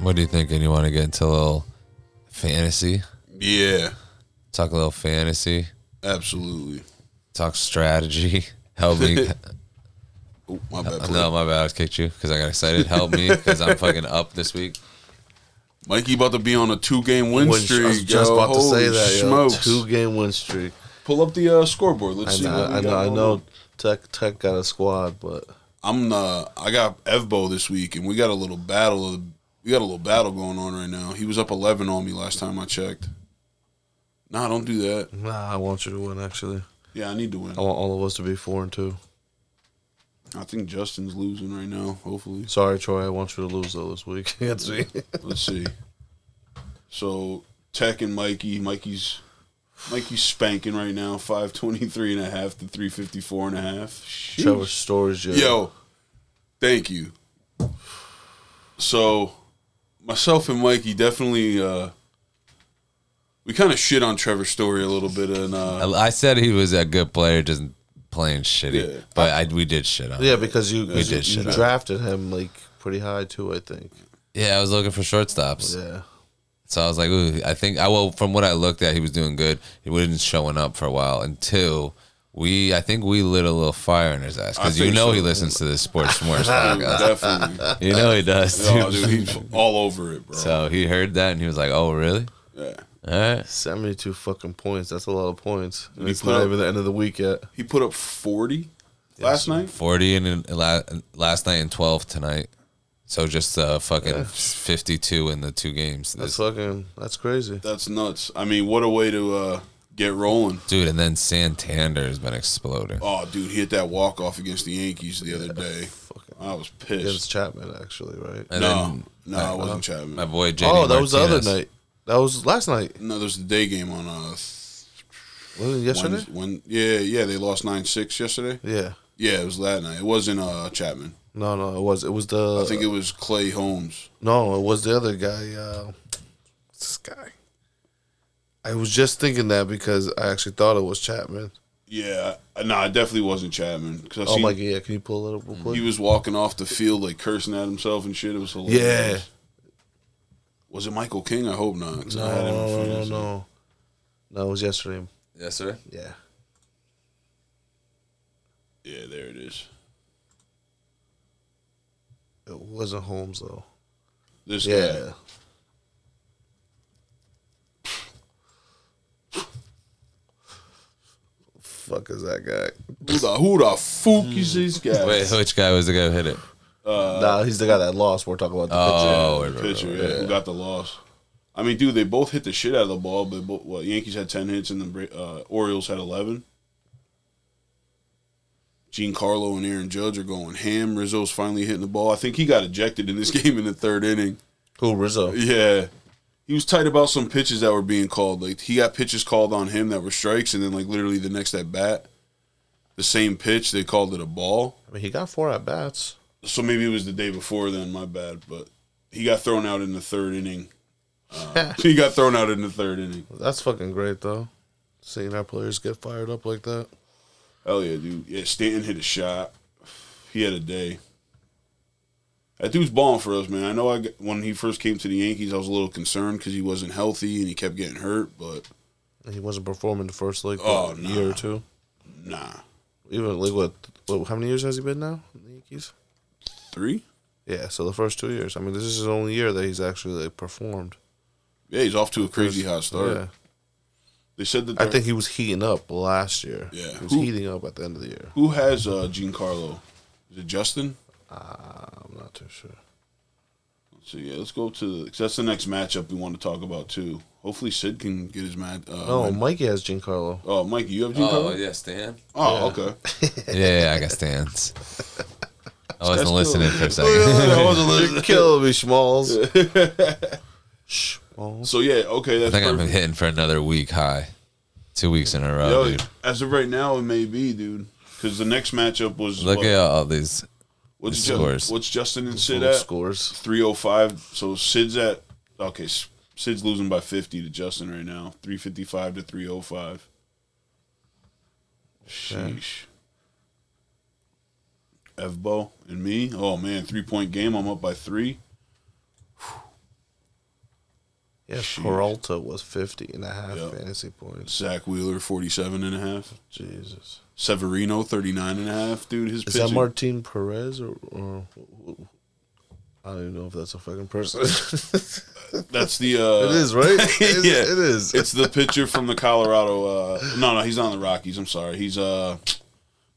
S4: What do you think? And you want to get into a little fantasy?
S3: Yeah,
S4: Talk a little fantasy.
S3: absolutely.
S4: Talk strategy. Help me.
S3: Oh, my bad. Blake.
S4: no, my bad. I just kicked you because I got excited. Help me because I'm fucking up this week.
S3: Mikey about to be on a two game win
S2: Win-
S3: streak.
S2: I was just
S3: yo.
S2: about to
S3: Holy
S2: say that yo.
S3: Smokes.
S2: two game win streak
S3: Pull up the uh, scoreboard. Let's
S2: I
S3: see.
S2: know
S3: what we
S2: I know
S3: got
S2: I
S3: going
S2: know
S3: on.
S2: Tech Tech got a squad but
S3: I'm uh, I got Evbo this week, and we got a little battle. Of the, we got a little battle going on right now. He was up 11 on me last time I checked. Nah, don't do that.
S2: nah I want you to win actually
S3: Yeah, I need to win.
S2: I want all of us to be four and two
S3: I think Justin's losing right now. Hopefully,
S2: sorry Troy I want you to lose though this week against me
S3: let's see. So Tech and Mikey, Mikey's. Mikey's spanking right now, 523 and a half to 354 and a half. Sheesh.
S2: Trevor Storage
S3: Yo, thank you. So, myself and Mikey definitely uh we kind of shit on Trevor's story a little bit, and
S4: I,
S3: uh,
S4: I said he was a good player, just playing shitty.
S3: Yeah.
S4: But I, we did shit on. him.
S2: Yeah, because you you,
S4: did
S2: you
S4: shit out.
S2: drafted him like pretty high too, I think.
S4: Yeah, I was looking for shortstops.
S2: Yeah.
S4: So I was like, ooh, I think I well from what I looked at, he was doing good. He wasn't showing up for a while until we I think we lit a little fire in his ass
S3: I
S4: because you
S3: think
S4: know
S3: so.
S4: he listens to this sports more
S3: dude,
S4: podcast.
S3: definitely,
S4: You know he does.
S3: oh,
S4: dude.
S3: dude, he's all over it, bro.
S4: So he heard that and he was like, oh really?
S3: yeah.
S4: All right.
S2: Seventy two fucking points. That's a lot of points. And
S3: He
S2: it's
S3: put
S2: not
S3: up-
S2: even the end of the week yet.
S3: He put up forty last night.
S4: Forty and in, la- last night and twelve tonight. So just uh, fucking fifty-two in the two games. This,
S2: That's fucking that's crazy.
S3: That's nuts. I mean, what a way to uh get rolling.
S4: dude, and then Santander has been exploding.
S3: Oh, dude, he hit that walk off against the Yankees the other day.
S2: Fucking
S3: I was
S2: against
S3: pissed.
S2: Chapman actually, right?
S4: And
S3: No,
S4: then
S3: no, it
S2: uh,
S3: wasn't Chapman.
S4: my boy JD
S2: oh, that was the other
S4: Martinez.
S2: night. That was last night.
S3: No, there's the day game on uh
S2: Wasn't it yesterday?
S3: Wednes- Wen- yeah, yeah, they lost nine six yesterday.
S2: Yeah.
S3: Yeah, it was that night. It wasn't uh, Chapman.
S2: No, no, it was it was the
S3: I think it was Clay Holmes.
S2: No, it was the other guy, uh what's this guy. I was just thinking that because I actually thought it was Chapman.
S3: Yeah, no, it definitely wasn't Chapman because
S2: Oh my god, yeah, can you pull it up real quick?
S3: he was walking off the field like cursing at himself and shit. It was hilarious.
S2: Yeah.
S3: Was it Michael King? I hope not. 'cause I
S2: No,
S3: had him in
S2: no, no, no,
S3: fantasy.
S2: no. No, it was yesterday.
S4: Yes, sir.
S2: Yeah.
S3: Yeah, there it is.
S2: It wasn't Holmes though.
S3: This
S2: Yeah. Fuck is that guy?
S3: guy. Who the, who the fuck is this guy?
S4: Wait, which guy was the guy who hit it?
S2: nah, he's the guy that lost. We're talking about the
S4: Oh,
S2: picture.
S4: right, right, right.
S3: pitcher, yeah, who got the loss. I mean, dude, they both hit the shit out of the ball, but both, well, Yankees had ten hits and the Bra- uh, Orioles had eleven. Gene Carlo and Aaron Judge are going ham. Rizzo's finally hitting the ball. I think he got ejected in this game in the third inning.
S2: Who Rizzo?
S3: Yeah, he was tight about some pitches that were being called. Like he got pitches called on him that were strikes, and then like literally the next at bat, the same pitch they called it a ball
S2: I mean, he got four at bats.
S3: so maybe it was the day before then my bad but he got thrown out in the third inning uh, he got thrown out in the third inning
S2: That's fucking great though. Seeing our players get fired up like that.
S3: hell yeah dude yeah stanton hit a shot he had a day that dude's balling for us man i know I, g- when he first came to the yankees i was a little concerned because he wasn't healthy and he kept getting hurt but
S2: And he wasn't performing the first like
S3: Oh,
S2: what,
S3: nah.
S2: year or two.
S3: nah
S2: Even like what, what? How many years has he been now? in The Yankees.
S3: three
S2: Yeah, so the first two years. I mean, this is his only year that he's actually like performed.
S3: yeah he's off to a crazy hot start
S2: Yeah.
S3: they said that
S2: I
S3: they're-
S2: think he was heating up last year.
S3: Yeah.
S2: he was
S3: Who-
S2: heating up at the end of the year.
S3: who has uh giancarlo is it justin
S2: I'm not too sure.
S3: So yeah, let's go to cause that's the next matchup we want to talk about too. Hopefully, Sid can get his match. Uh,
S2: No,
S3: win.
S2: Oh, Mikey has Giancarlo.
S3: oh, Mike, you have
S4: Oh
S3: Giancarlo.
S4: yeah, Stan.
S3: Oh, okay.
S4: Yeah, yeah, I got Stan's. I wasn't
S3: cool.
S4: listening for a
S2: Oh,
S4: second.
S3: I wasn't listening.
S2: You're killing me, Smalls. Smalls.
S3: So yeah, okay,
S4: I
S3: that's
S4: think I've been
S3: perfect.
S4: hitting for another week high, two weeks in a row.
S3: Yo,
S4: dude.
S3: as of right now, it may be, dude. Because the next matchup was
S4: Look
S3: what-
S4: at all these.
S3: what's,
S4: the
S3: Ju-
S4: scores.
S3: what's Justin and Sid
S2: Full
S3: at
S2: scores.
S3: three oh five. So Sid's at okay. S- Sid's losing by fifty to Justin right now. Three fifty five to three oh five. Sheesh. Evbo and me. Oh man, three point game. I'm up by three.
S2: Yeah,
S3: Jeez.
S2: Peralta was 50 and a half
S3: Yep.
S2: fantasy points.
S3: Zach Wheeler, 47 and a half.
S2: Jesus.
S3: Severino, 39 and a half. Dude, his
S2: Is
S3: pitching.
S2: that Martin Perez or, or I don't even know if that's a fucking person.
S3: That's the. Uh,
S2: it is, right? It is,
S3: yeah.
S2: It is.
S3: It's the pitcher from the Colorado. Uh, no, no, he's not in the Rockies. I'm sorry. He's uh,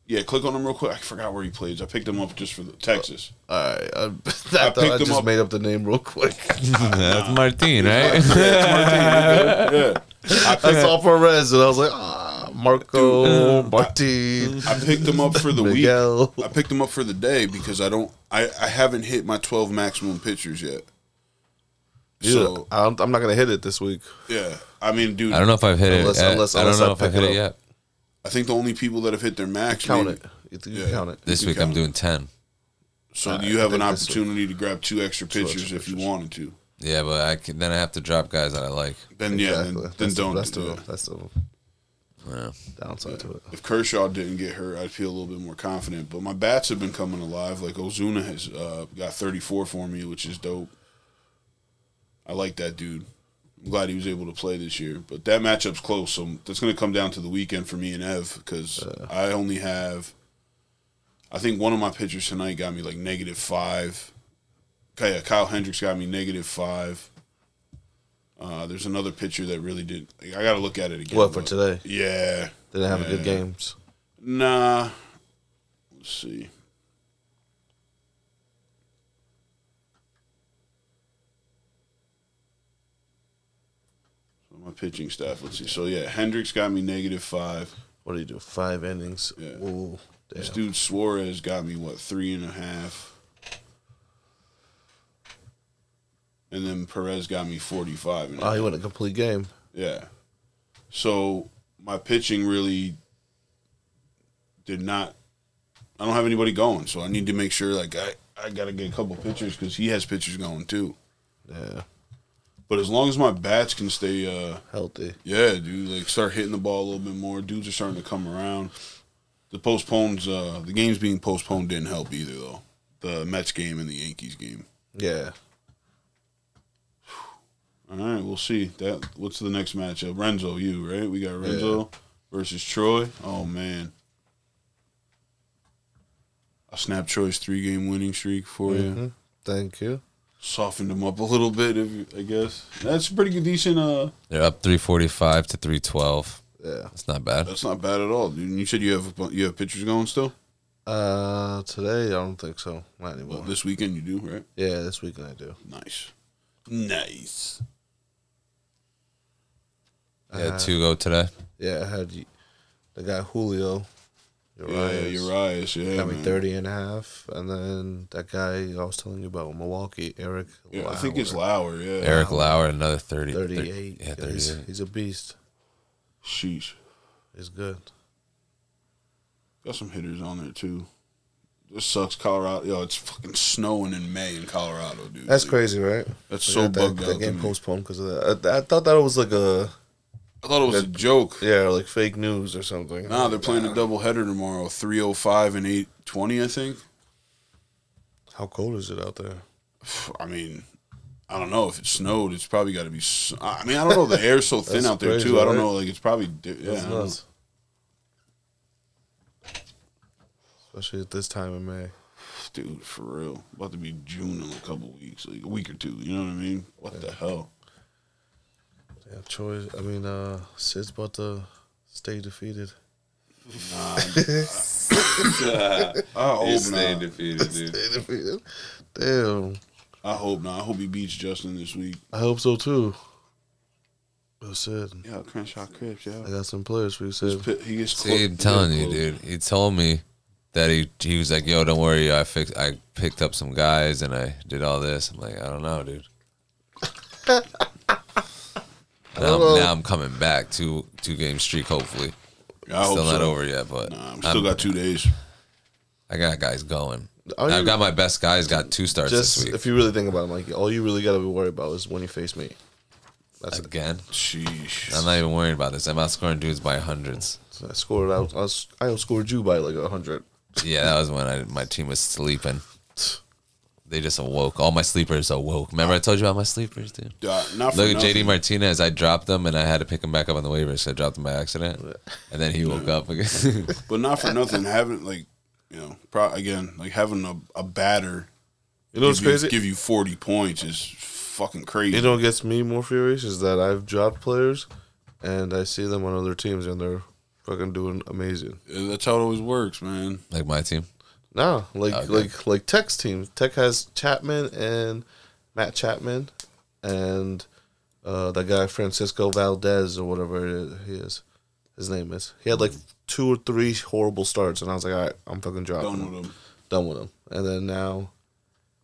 S3: yeah. Click on him real quick. I forgot where he plays. I picked him up just for the Texas.
S2: All right. I, I, thought
S3: picked
S2: I
S3: him
S2: just
S3: up-
S2: made up the name real quick.
S4: That's Martin, right?
S3: yeah,
S2: I saw Perez and I was like, ah, Marco, Martin,
S3: I picked him up for the week.
S2: Miguel.
S3: I picked him up for the day because I don't. I I haven't hit my 12 maximum pitchers yet.
S2: So,
S3: So
S2: I'm, I'm not going to hit it this week.
S3: yeah, I mean, dude,
S4: I don't know if I've hit
S2: Unless-
S4: it. yet.
S2: unless-
S4: I don't
S2: unless I
S4: know if I've
S2: pick
S4: hit
S2: it
S4: it yet.
S3: I think the only people that have hit their max
S2: Count
S3: maybe-
S2: it. You, th- you
S3: Yeah.
S2: count it.
S4: This
S3: You
S4: week I'm
S3: count it.
S4: doing ten.
S3: So you have an
S2: think this
S3: opportunity to grab two extra pitchers if you
S2: pitchers.
S3: wanted to.
S4: Yeah, but I can, then I have to drop guys that I like.
S3: Then yeah, then, then
S2: that's
S3: don't.
S2: The, that's, the,
S3: do it.
S2: that's the
S4: Yeah.
S2: downside to it.
S3: if Kershaw didn't get hurt, I'd feel a little bit more confident. But my bats have been coming alive. Like Ozuna has uh, got 34 for me, which is dope. I like that dude. I'm glad he was able to play this year. But that matchup's close, so that's going to come down to the weekend for me and Ev because I only have. I think one of my pitchers tonight got me like negative five. Okay, yeah, Kyle Hendricks got me negative five. Uh, there's another pitcher that really did. Like, I got to look at it again.
S2: What, for
S3: but-
S2: today?
S3: Yeah.
S2: Didn't have a
S3: Yeah.
S2: good games.
S3: Nah. Let's see. So my pitching staff. Let's see. So yeah, Hendricks got me negative five.
S2: What do you do? Five innings.
S3: Yeah.
S2: Whoa. Damn.
S3: This dude Suarez got me what three and a half. And then Perez got me forty five. and a
S2: Oh, he went a complete game.
S3: Yeah. So my pitching really did not. I don't have anybody going, so I need to make sure like I I gotta get a couple pitchers because he has pitchers going too.
S2: Yeah.
S3: But as long as my bats can stay, uh,
S2: Healthy.
S3: yeah, dude, like start hitting the ball a little bit more. Dudes are starting to come around. The postpones, uh, the games being postponed didn't help either though. The Mets game and the Yankees game.
S2: Yeah.
S3: All right, we'll see. That what's the next matchup? Renzo, you right? We got Renzo versus Troy. Oh man,
S2: Mm-hmm.
S3: I snapped Troy's three game winning streak for you.
S2: Thank you.
S3: Softened them up a little bit, if, I guess. That's a pretty good, decent. Uh,
S4: They're up 345 to 312.
S2: Yeah.
S4: That's not bad.
S3: that's not bad at all. dude. You said you have you have pictures going still.
S2: Uh, today I don't think so. Not anymore.
S3: Well, this weekend you do, right?
S2: yeah, this weekend I do.
S3: Nice, nice.
S2: Uh-huh.
S4: Yeah, two go today.
S2: Yeah, I had y- the guy Julio
S3: Yeah,
S2: Urias.
S3: Urias. Yeah,
S2: Got me
S3: man.
S2: 30 and a half. And then that guy I was telling you about, Milwaukee, Eric.
S3: Yeah, I think it's
S2: Lauer,
S3: Lauer. Yeah,
S4: Eric Lauer, another 30.
S2: 38.
S4: Yeah,
S2: Yeah, he's,
S4: 38.
S2: he's a beast.
S3: sheesh.
S2: He's good.
S3: Got some hitters on there too. This sucks, Colorado. Yo, it's fucking snowing in May in Colorado, dude.
S2: That's
S3: Like,
S2: crazy, right?
S3: That's
S2: They
S3: so
S2: got that-
S3: bugged
S2: that,
S3: out. to
S2: game
S3: me.
S2: postponed because of that. I, I thought that was like a
S3: I thought it was a joke.
S2: yeah, like fake news or something.
S3: Nah, they're playing a doubleheader tomorrow, three oh five and eight twenty, I think.
S2: How cold is it out there?
S3: Pff, I mean, I don't know if it snowed. It's probably got to be. s- I mean, I don't know. The air's so thin
S2: That's
S3: out there
S2: crazy,
S3: too. I don't
S2: right?
S3: know. Like it's probably. di- Yeah, I
S2: That's
S3: don't know.
S2: nuts. Especially at this time in May.
S3: dude, for real. About to be June in a couple weeks, like a week or two. You know what I mean? What the hell?
S2: Yeah, Troy. I mean, uh, Sid's about to stay defeated.
S3: I hope not.
S4: defeated, dude.
S2: Stay defeated. Damn.
S3: I hope not. I hope he beats Justin this week.
S2: I hope so too. But Sid,
S3: Yeah, Crenshaw Cribs. Yeah,
S2: I got some players for you, Sid.
S3: P- he gets.
S4: See, I'm telling you, dude. He told me that he he was like, "Yo, don't worry, I fixed, I picked up some guys and I did all this." I'm like, I don't know, dude. now, I'm, now I'm coming back two two game streak. Hopefully,
S3: dude. I hope
S4: still
S3: Oh, so.
S4: not over yet, but
S3: Nah, I'm
S4: I'm-
S3: still got Oh, two days.
S4: I got guys going.
S2: Are
S4: I've
S2: you-
S4: got my best guys. Got two starts
S2: Just
S4: this week
S2: if you really think about it, Mikey, all you really got to be worried about is when you face me. That's it.
S4: again.
S3: Sheesh.
S4: I'm not even worried about this. I'm outscoring dudes by hundreds.
S2: So I scored out. I, was, I outscored you by like hundred.
S4: Yeah, that was when I, my team was sleeping. They just awoke. All my sleepers awoke. Remember I told you about my sleepers, dude.
S3: Uh, not for
S4: Look at JD
S3: nothing.
S4: Martinez. I dropped them and I had to pick him back up on the waivers. So I dropped him by accident, and then he woke up again.
S3: But not for nothing, having like, you know, pro- again, like having a, a batter
S2: You know what's
S3: give, you,
S2: crazy?
S3: give you forty points is fucking crazy.
S2: You know what gets me more furious is that I've dropped players, and I see them on other teams and they're fucking doing amazing.
S3: Yeah, That's how it always works, man.
S4: like my team.
S2: No, like
S4: Okay.
S2: like like Tech's team. Tech has Chapman and Matt Chapman, and uh, that guy Francisco Valdez or whatever it is, he is. His name is. He had like two or three horrible starts, and I was like, all right, I'm fucking dropping.
S3: Done
S2: Done
S3: with him.
S2: Done with him. And then now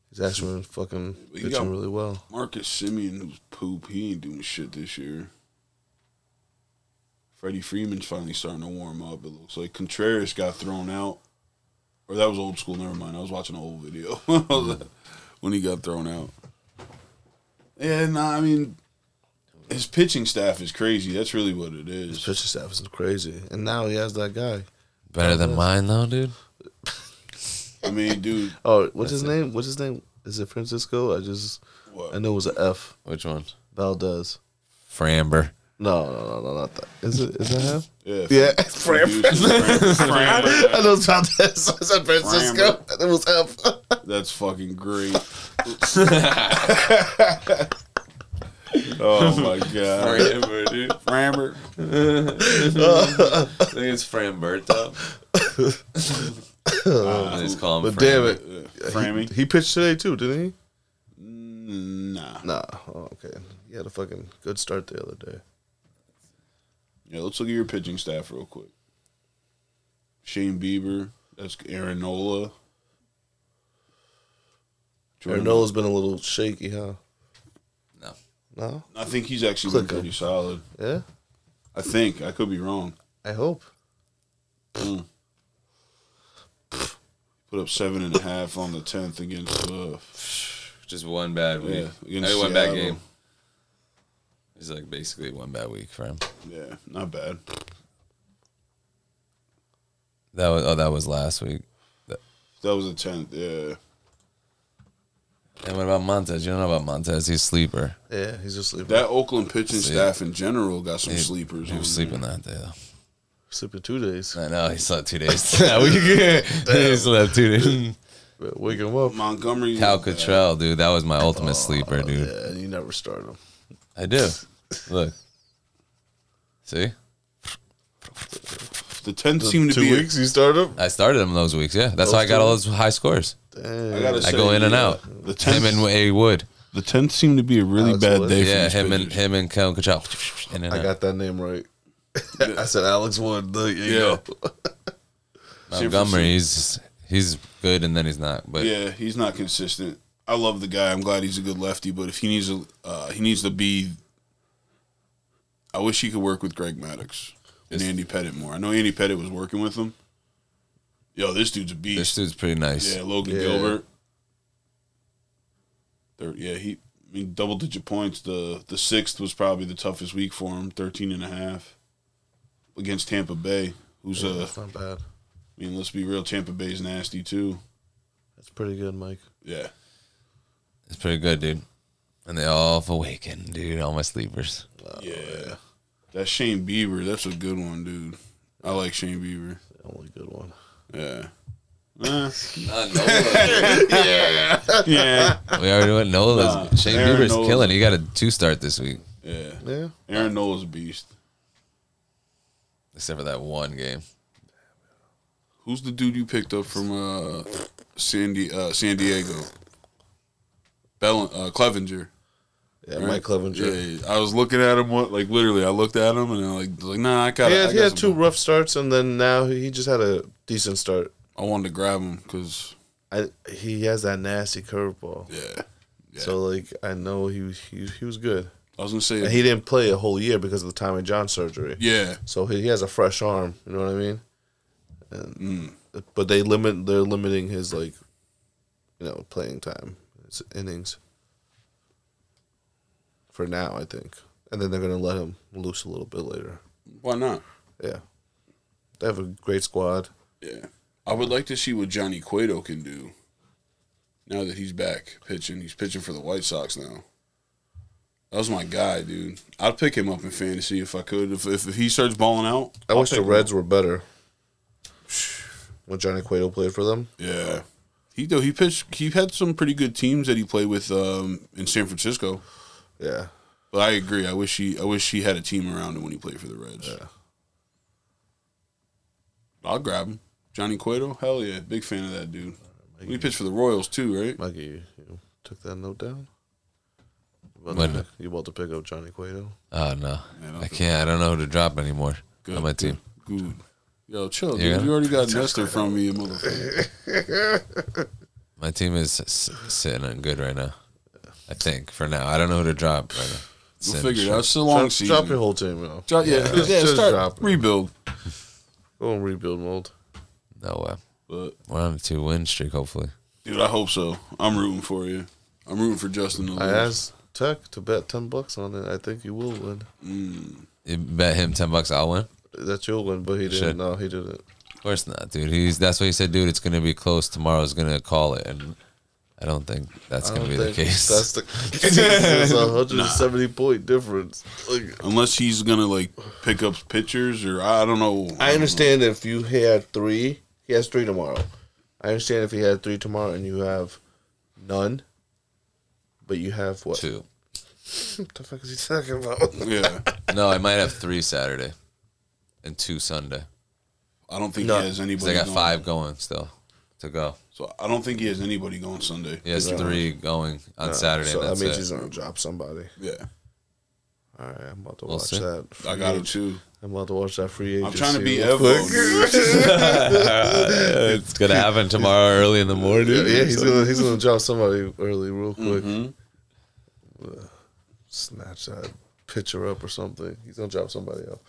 S2: he's actually fucking
S3: You
S2: pitching
S3: got-
S2: really well.
S3: Marcus Simeon who's poop. He ain't doing shit this year. Freddie Freeman's finally starting to warm up. It looks like Contreras got thrown out, or that was old school. Never mind. I was watching an old video when he got thrown out. Yeah, nah. I mean, his pitching staff is crazy. That's really what it
S2: His
S3: is.
S2: pitching staff is crazy, and now he has that guy.
S4: Better than mine though, dude.
S3: I mean, dude.
S2: Oh, what's his name? What's his name? Is it Francisco? I just
S3: What?
S2: I know it was a F.
S4: Which one?
S2: Valdez.
S4: Framber.
S2: No, no, no, no, not that. Is it? Is that him?
S3: Yeah.
S2: Yeah, Fran.
S3: Fran- Fran- Fran-
S2: I know it's Valdez. I said Francisco. It was F.
S3: That's fucking great. oh my god.
S4: Framber, dude.
S3: Framber.
S4: I think it's Framberto. I just call him.
S2: But damn it,
S3: Frammy.
S2: he pitched today too, didn't he?
S3: Nah.
S2: Nah. Oh, okay. He had a fucking good start the other day.
S3: Yeah, let's look at your pitching staff real quick. Shane Bieber. That's Aaron Nola. Jordan-
S2: Arnola's been a little shaky, huh?
S4: No.
S2: No.
S3: I think he's actually
S2: Click
S3: been
S2: 'em.
S3: pretty solid.
S2: Yeah.
S3: I think. I could be wrong.
S2: I hope.
S3: Mm. Put up seven and a half on the tenth against uh,
S4: Just one bad week.
S3: Yeah, against
S4: Only one bad
S3: Seattle.
S4: game. It's like basically one bad week for him.
S3: yeah, not bad.
S4: That was oh, that was last week.
S3: That was the tenth, yeah.
S4: And what about Montez? You don't know about Montez. He's sleeper.
S2: Yeah, he's just sleeping.
S3: That Oakland pitching
S4: See.
S3: staff in general got some
S4: He-
S3: sleepers.
S4: He
S3: on
S4: was
S3: there.
S4: sleeping that day though.
S2: sleeping two days.
S4: I know he slept two days. we he slept two days.
S2: Wake him up.
S3: Montgomery. uh,
S4: Cal Cottrell, dude. That was my ultimate sleeper, dude.
S2: Yeah, you never start him.
S4: I do. Look. See?
S3: The tenth seemed to
S2: Two
S3: be.
S2: weeks you start him.
S4: I started him those weeks, yeah. That's how I got all those high scores.
S3: I, gotta
S4: I
S3: say,
S4: go in and
S3: uh,
S4: out.
S3: The
S4: Him
S3: tenth.
S4: and A Wood.
S3: The tenth seemed to be a really
S2: Alex
S3: bad
S2: Wood.
S3: day.
S4: Yeah,
S3: for these
S4: him and
S3: pitchers.
S4: him and Cal Cottrell. In and
S2: I
S4: out.
S2: got that name right. I said Alex Wood. There you
S3: Yeah.
S2: go.
S3: San
S4: Montgomery. He's he's good, and then he's not. But
S3: Yeah, he's not consistent. I love the guy. I'm glad he's a good lefty, but if he needs to, uh, he needs to be. I wish he could work with Greg Maddox and Andy Pettit more. I know Andy Pettit was working with him. Yo, this dude's a
S4: this
S3: beast.
S4: dude's pretty nice.
S3: yeah, Logan
S2: Yeah.
S3: Gilbert. There, yeah, he. I mean, double digit points. The the sixth was probably the toughest week for him. 13 and a half against Tampa Bay, who's a.
S2: That's not bad.
S3: I mean, let's be real. Tampa Bay's nasty too.
S2: That's pretty good, Mike.
S3: Yeah.
S4: It's pretty good, dude. And they all awakened, dude. All my sleepers.
S3: Oh, Yeah. That Shane Bieber, that's a good one, dude. I like Shane Bieber.
S2: The only good one.
S3: Yeah. Eh,
S2: yeah.
S3: yeah.
S4: we already went Nola's.
S3: Nah,
S4: Shane
S3: Aaron
S4: Bieber's
S3: Nola's-
S4: killing. He got a two start this week,
S3: Yeah.
S2: Yeah.
S3: Aaron Noah's a beast.
S4: except for that one game.
S3: Who's the dude you picked up from uh Sandy uh San Diego? Bell uh Clevenger.
S2: Yeah,
S3: right?
S2: Mike Clevenger.
S3: Yeah, yeah. I was looking at him what like literally I looked at him and I like was like nah I got
S2: He
S3: yeah,
S2: had, he had two rough starts, and then now he just had a decent start.
S3: I wanted to grab him cuz
S2: I he has that nasty curveball.
S3: yeah. Yeah.
S2: So like I know he was he, he was good.
S3: I was going to say
S2: And he didn't play a whole year because of the Tommy John surgery.
S3: yeah.
S2: So he, he has a fresh arm. You know what I mean?
S3: Mm.
S2: And, But they limit they're limiting his like, you know, playing time, his innings. For now, I think, and then they're gonna let him loose a little bit later.
S3: Why not?
S2: Yeah, they have a great squad.
S3: Yeah. I would like to see what Johnny Cueto can do now that he's back pitching. He's pitching for the White Sox now. That was my guy, dude. I'd pick him up in fantasy if I could. If if, if he starts balling out,
S2: I
S3: I'll
S2: wish
S3: pick
S2: the
S3: him
S2: Reds
S3: up.
S2: were better. When Johnny Cueto played for them,
S3: Yeah. He though he pitched. He had some pretty good teams that he played with um, in San Francisco.
S2: yeah,
S3: But I agree. I wish he. I wish he had a team around him when he played for the Reds.
S2: Yeah.
S3: I'll grab him. Johnny Cueto. Hell yeah, big fan of that dude. We pitched for the Royals too, right?
S2: Mikey, you, you took that note down. You
S4: What
S2: about,
S4: note?
S2: to, you about to pick up Johnny Cueto?
S4: Oh no,
S3: Man, I'll
S4: I can't. I don't know who to drop anymore on my team.
S3: Good. Yo, chill, dude.
S4: You got
S3: You already got Nestor from me, you motherfucker.
S4: My team is s- sitting on good right now. I think for now, I don't know who to drop right now.
S3: We'll
S4: Sitting
S3: figure it out.
S4: short.
S3: It's a long
S2: drop,
S3: season.
S2: drop your whole team, you know.
S3: Dro- yeah, yeah,
S2: just
S3: start
S2: drop it.
S3: rebuild.
S2: Go in rebuild mode.
S4: No way.
S3: But
S4: We're on a two win streak, hopefully.
S3: dude, I hope so. I'm rooting for you. I'm rooting for Justin to lose.
S2: I asked Tech to bet ten bucks on it. I think you will win.
S4: You bet him ten bucks, I'll win.
S2: That you'll win, but he didn't.
S4: should.
S2: No, he didn't.
S4: Of course not, dude. He's that's why he said, dude, it's gonna be close. Tomorrow's gonna call it, and I don't think that's
S2: I
S4: gonna be
S2: don't
S4: the
S2: think
S4: case.
S2: That's the it's a hundred and seventy point difference. Like,
S3: Unless he's gonna like pick up pitchers or I don't know.
S2: I understand if you had three, he has three tomorrow. I understand if he had three tomorrow and you have none, but you have what?
S4: two.
S2: What the fuck is he talking about?
S3: Yeah,
S4: No, I might have three Saturday and two Sunday.
S3: I don't think
S2: No.
S3: he has
S4: 'Cause
S3: anybody.
S4: I got
S3: going.
S4: five going still to go.
S3: So I don't think he has anybody going Sunday.
S4: He has three going on Saturday.
S2: so
S4: and
S2: that
S4: that's
S2: means
S4: it.
S2: he's gonna drop somebody.
S3: Yeah,
S2: All right, I'm about to
S4: We'll
S2: watch
S4: see.
S2: that.
S3: I
S2: free
S3: got him
S2: ag-
S3: too.
S2: I'm about to watch that free agent.
S3: I'm trying to be Evo.
S2: real quick.
S3: dude.
S4: it's gonna happen tomorrow early in the morning.
S2: Yeah, yeah, he's gonna he's gonna drop somebody early, real quick.
S3: Mm-hmm.
S2: Uh, Snatch that picture up or something. He's gonna drop somebody up.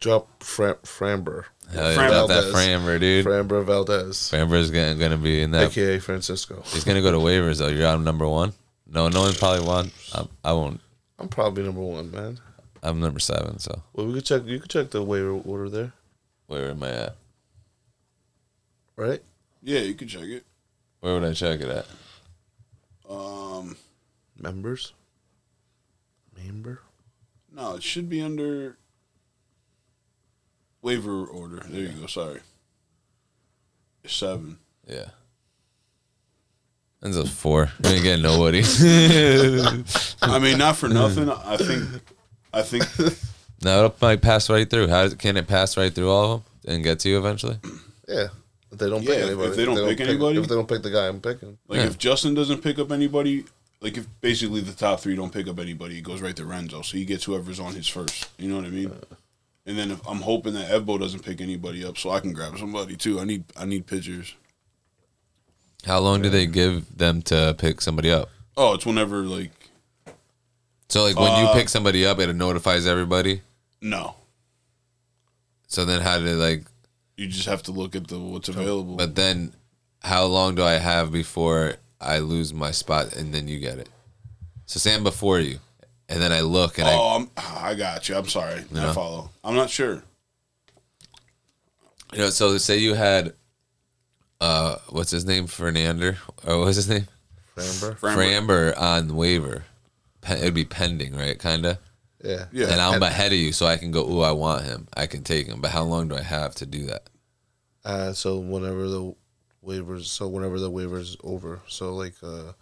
S2: Drop Fram- Framber,
S4: Hell yeah,
S3: Framber
S4: about that
S2: Valdez.
S4: Framber, dude.
S2: Framber Valdez,
S4: Framber's gonna, gonna be in that.
S2: aka Francisco.
S4: He's gonna go to waivers though. You're on number one. No, no one probably won. I, I won't.
S2: I'm probably number one, man.
S4: I'm number seven, so
S2: Well, we could check. You could check the waiver order there,
S4: where am I at?
S2: right?
S3: yeah, you can check it.
S4: Where would I check it at?
S3: Um,
S2: Members. Member.
S3: no, it should be under waiver order. There you go. Sorry, seven.
S4: Yeah. That's a four. We ain't getting nobody.
S3: I mean, not for nothing. I think, I think,
S4: no, it'll like pass right through. How can it pass right through all of them and get to you eventually?
S2: Yeah. If they don't
S3: Yeah,
S2: pick
S3: if
S2: anybody.
S3: they don't pick anybody.
S2: If they don't pick the guy I'm picking.
S3: like, if Justin doesn't pick up anybody, like, if basically the top three don't pick up anybody, it goes right to Renzo. So he gets whoever's on his first. You know what I mean? And then if, I'm hoping that Evbo doesn't pick anybody up, so I can grab somebody too. I need, I need pitchers.
S4: How long do they give them to pick somebody up?
S3: Oh, it's whenever like
S4: So like when you pick somebody up, it notifies everybody.
S3: no,
S4: So then how did like?
S3: you just have to look at the what's available.
S4: But then, how long do I have before I lose my spot and then you get it? So say I'm before you, and then I look and
S3: oh, I'm, I got you. I'm sorry. I follow. I'm not sure.
S4: I, you know. So say you had, uh, what's his name, Fernander, or what's his name,
S2: Remember?
S3: Framber.
S4: Framber on waiver. Pe- it'd be pending, right? Kinda.
S2: Yeah.
S3: Yeah.
S4: and I'm ahead of you, so I can go. Ooh, I want him. I can take him. But how long do I have to do that?
S2: Uh, so whenever the waivers, so whenever the waivers over, so like uh,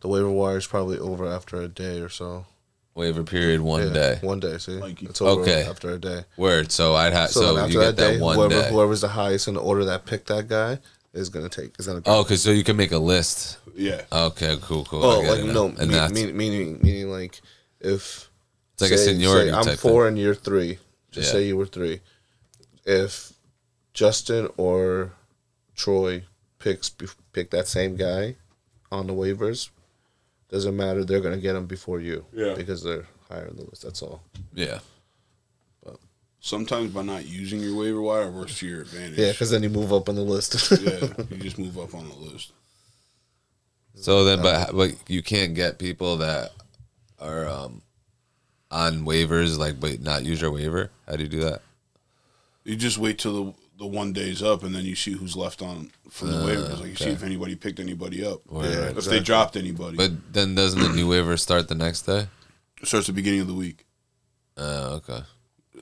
S2: the waiver wire is probably over after a day or so.
S4: Waiver period one
S2: Yeah,
S4: day.
S2: One day. See,
S3: Like you-
S2: it's over
S4: Okay.
S2: after a day.
S4: Word. So I'd have.
S2: So,
S4: So,
S2: then
S4: you
S2: after
S4: get
S2: that
S4: that
S2: day,
S4: one
S2: whoever
S4: day.
S2: whoever's the highest in the order that picked that guy is gonna take is gonna.
S4: Oh, okay. So you can make a list.
S3: Yeah.
S4: Okay. Cool. Cool.
S2: oh,
S4: I get
S2: like
S4: it now.
S2: no,
S4: and
S2: mean,
S4: that's
S2: mean, meaning meaning like if
S4: it's like a seniority
S2: I'm
S4: type
S2: four
S4: thing.
S2: and you're three. Just
S4: Yeah.
S2: say you were three. If Justin or Troy picks bef- pick that same guy on the waivers, doesn't matter. They're gonna get him before you.
S3: Yeah.
S2: Because they're higher in the list. That's all.
S4: Yeah.
S3: Sometimes by not using your waiver wire it works to your advantage.
S2: Yeah, because then you move up on the list.
S3: yeah, you just move up on the list.
S4: So then, but but you can't get people that are um on waivers, like but not use your waiver. How do you do that?
S3: You just wait till the the one day's up, and then you see who's left on from the waivers. Like you see if anybody picked anybody up,
S4: Word.
S3: if they dropped anybody.
S4: But then doesn't the new waiver start the next day?
S3: it starts the beginning of the week.
S4: Oh, okay.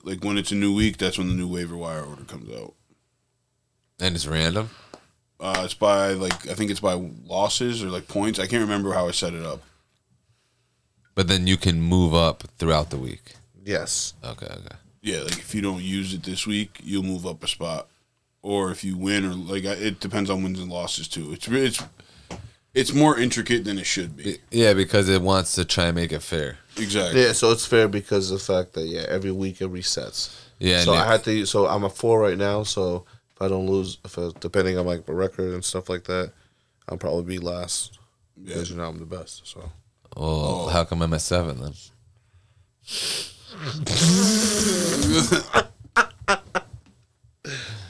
S3: Like when it's a new week, that's when the new waiver wire order comes out.
S4: And it's random.
S3: Uh, it's by like I think it's by losses or like points. I can't remember how I set it up.
S4: But then you can move up throughout the week.
S2: yes.
S4: Okay. Okay.
S3: Yeah, like if you don't use it this week, you'll move up a spot, or if you win, or like I- it depends on wins and losses too. It's re- it's it's more intricate than it should be.
S4: Yeah, because it wants to try and make it fair.
S3: Exactly.
S2: Yeah, so it's fair because of the fact that yeah, every week it resets.
S4: Yeah,
S2: So
S4: and
S2: I
S4: it-
S2: had to. So I'm a four right now. So if I don't lose, if I, depending on like my record and stuff like that, I'll probably be last because you know I'm the best. So
S4: Well, how come I'm at seven then?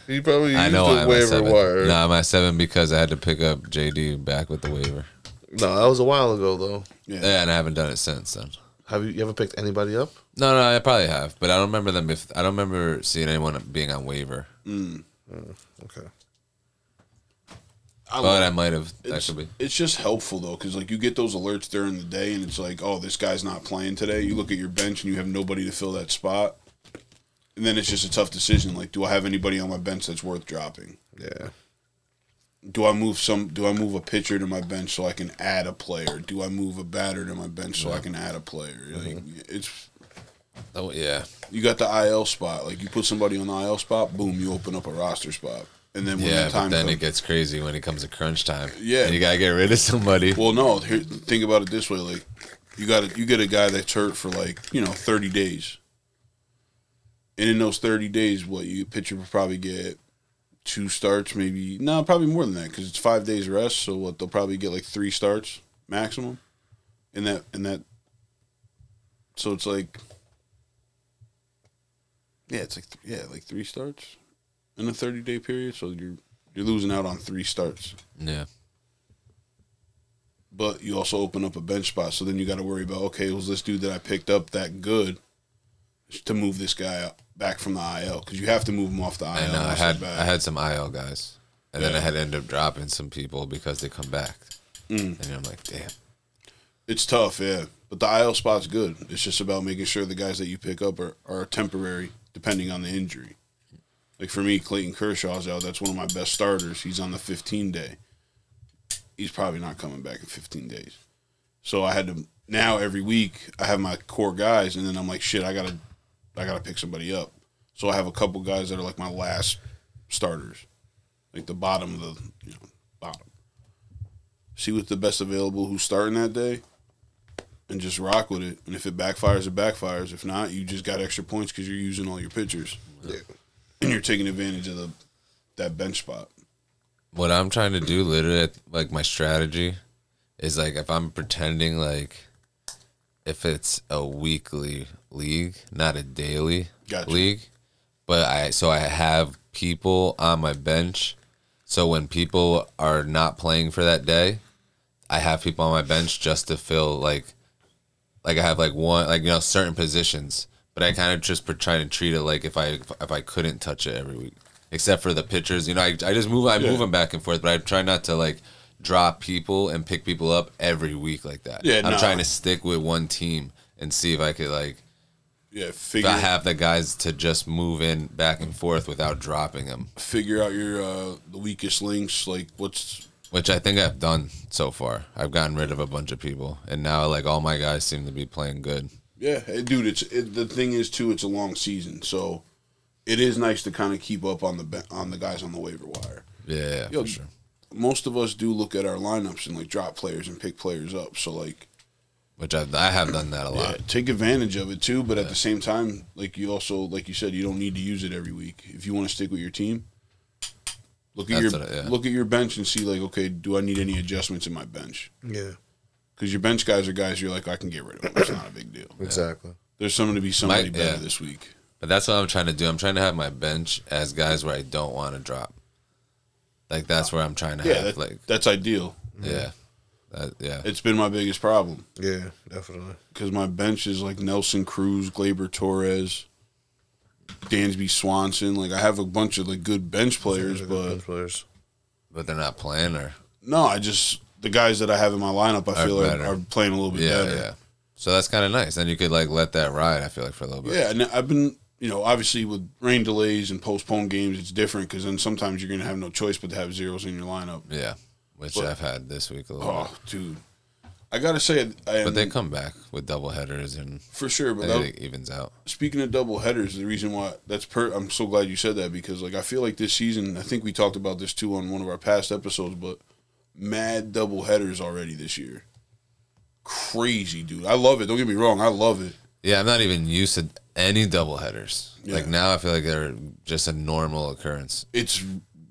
S2: you probably
S4: I know I'm at seven.
S2: wire.
S4: No, I'm at seven because I had to pick up JD back with the waiver.
S2: No, that was a while ago though.
S4: Yeah, and I haven't done it since then.
S2: Have you, you ever picked anybody up?
S4: No, no, I probably have, but I don't remember them. If I don't remember seeing anyone being on waiver,
S2: Okay.
S3: I
S4: but
S3: love-
S4: I might have. That
S3: it's,
S4: could be.
S3: it's just helpful though, because like you get those alerts during the day, and it's like, oh, this guy's not playing today. You look at your bench, and you have nobody to fill that spot, and then it's just a tough decision. Like, do I have anybody on my bench that's worth dropping?
S2: Yeah.
S3: Do I move some? Do I move a pitcher to my bench so I can add a player? Do I move a batter to my bench so I can add a player? Like,
S4: Mm-hmm.
S3: it's
S4: Oh yeah,
S3: you got the IL spot. Like you put somebody on the IL spot, boom, you open up a roster spot, and then when
S4: yeah.
S3: that time
S4: But then
S3: comes,
S4: it gets crazy when it comes to crunch time.
S3: Yeah.
S4: and you gotta get rid of somebody.
S3: Well, no. Here, think about it this way: like, you got to you get a guy that's hurt for like you know thirty days, and in those thirty days, what you pitcher will probably get two starts, maybe no, probably more than that because it's five days rest. So what they'll probably get like three starts maximum, and that and that. So it's like, yeah, it's like th- yeah, like three starts in a thirty day period. So you're you're losing out on three starts
S4: yeah,
S3: but you also open up a bench spot. So then you got to worry about okay, was this dude that I picked up that good to move this guy up back from the IL? Because you have to move him off the IL.
S4: I know. I
S3: once
S4: uh, had
S3: he's back.
S4: I had some IL guys, and then I had to end up dropping some people because they come back, and I'm like, damn.
S3: It's tough, yeah. But the IL spot's good. It's just about making sure the guys that you pick up are, are temporary, depending on the injury. Like for me, Clayton Kershaw's out. That's one of my best starters. He's on the 15 day. he's probably not coming back in 15 days. So I had to now every week I have my core guys, and then I'm like, shit, I gotta, I gotta pick somebody up. So I have a couple guys that are like my last starters, like the bottom of the you know, bottom. See what's the best available who's starting that day, and just rock with it. And if it backfires, it backfires. If not, you just got extra points because you're using all your pitchers, and you're taking advantage of the that bench spot.
S4: what I'm trying to do, literally, like my strategy is like if I'm pretending like if it's a weekly league, not a daily
S3: Gotcha.
S4: league, but I so I have people on my bench. So when people are not playing for that day, I have people on my bench just to fill like like I have like one like you know certain positions, but I kind of just per- trying to treat it like if I if I couldn't touch it every week, except for the pitchers. You know, I, I just move I move them back and forth, but I try not to like drop people and pick people up every week like that.
S3: Yeah,
S4: I'm
S3: nah.
S4: trying to stick with one team and see if I could like
S3: Yeah,
S4: if
S3: figure
S4: I have the guys to just move in back and forth without dropping them,
S3: figure out your uh, the weakest links. Like what's
S4: which I think I've done so far. I've gotten rid of a bunch of people, and now like all my guys seem to be playing good.
S3: yeah, eh, dude. It's it, the thing is too. It's a long season, so it is nice to kind of keep up on the be- on the guys on the waiver wire.
S4: Yeah,
S3: Yo,
S4: for sure.
S3: Most of us do look at our lineups and like drop players and pick players up. So like,
S4: Which I've, I have done that a lot.
S3: yeah, Uh, take advantage of it too. But at the same time, like you also like you said, you don't need to use it every week if you want to stick with your team. Look at
S4: That's
S3: your
S4: what I- yeah.
S3: look at your bench and see like, okay, do I need any adjustments in my bench?
S2: Yeah,
S3: Because your bench guys are guys you're like, I can get rid of. Them. It's not a big deal.
S2: exactly.
S3: There's something to be somebody
S4: Might-
S3: better
S4: yeah.
S3: this week.
S4: But that's what I'm trying to do. I'm trying to have my bench as guys where I don't want to drop. Like that's where I'm trying to
S3: Yeah,
S4: have
S3: that, mm-hmm.
S4: like
S3: that's ideal.
S4: yeah, that, yeah.
S3: It's been my biggest problem
S2: Yeah, definitely.
S3: because my bench is like Nelson Cruz, Glaber Torres, Dansby Swanson. Like I have a bunch of like good bench players, but
S2: players.
S4: But they're not playing or
S3: no, I just the guys that I have in my lineup, I
S4: Are
S3: feel are,
S4: better.
S3: are playing a little bit
S4: yeah,
S3: better.
S4: yeah. So that's kind of nice. Then you could like let that ride. I feel like for a little bit.
S3: Yeah, and I've been, you know, obviously with rain delays and postponed games, it's different because then sometimes you're gonna have no choice but to have zeros in your lineup.
S4: Yeah. Which I've had this week a little bit.
S3: Oh, dude, I gotta say, I am,
S4: But they come back with double headers and
S3: for sure. But
S4: I
S3: that,
S4: think it e-, evens out.
S3: speaking of double headers, the reason why that's per I'm so glad you said that because like I feel like this season, I think we talked about this too on one of our past episodes, but mad double headers already this year. Crazy dude. I love it. Don't get me wrong, I love it.
S4: Yeah, I'm not even used to any double headers. Like
S3: Yeah.
S4: now, I feel like they're just a normal occurrence.
S3: It's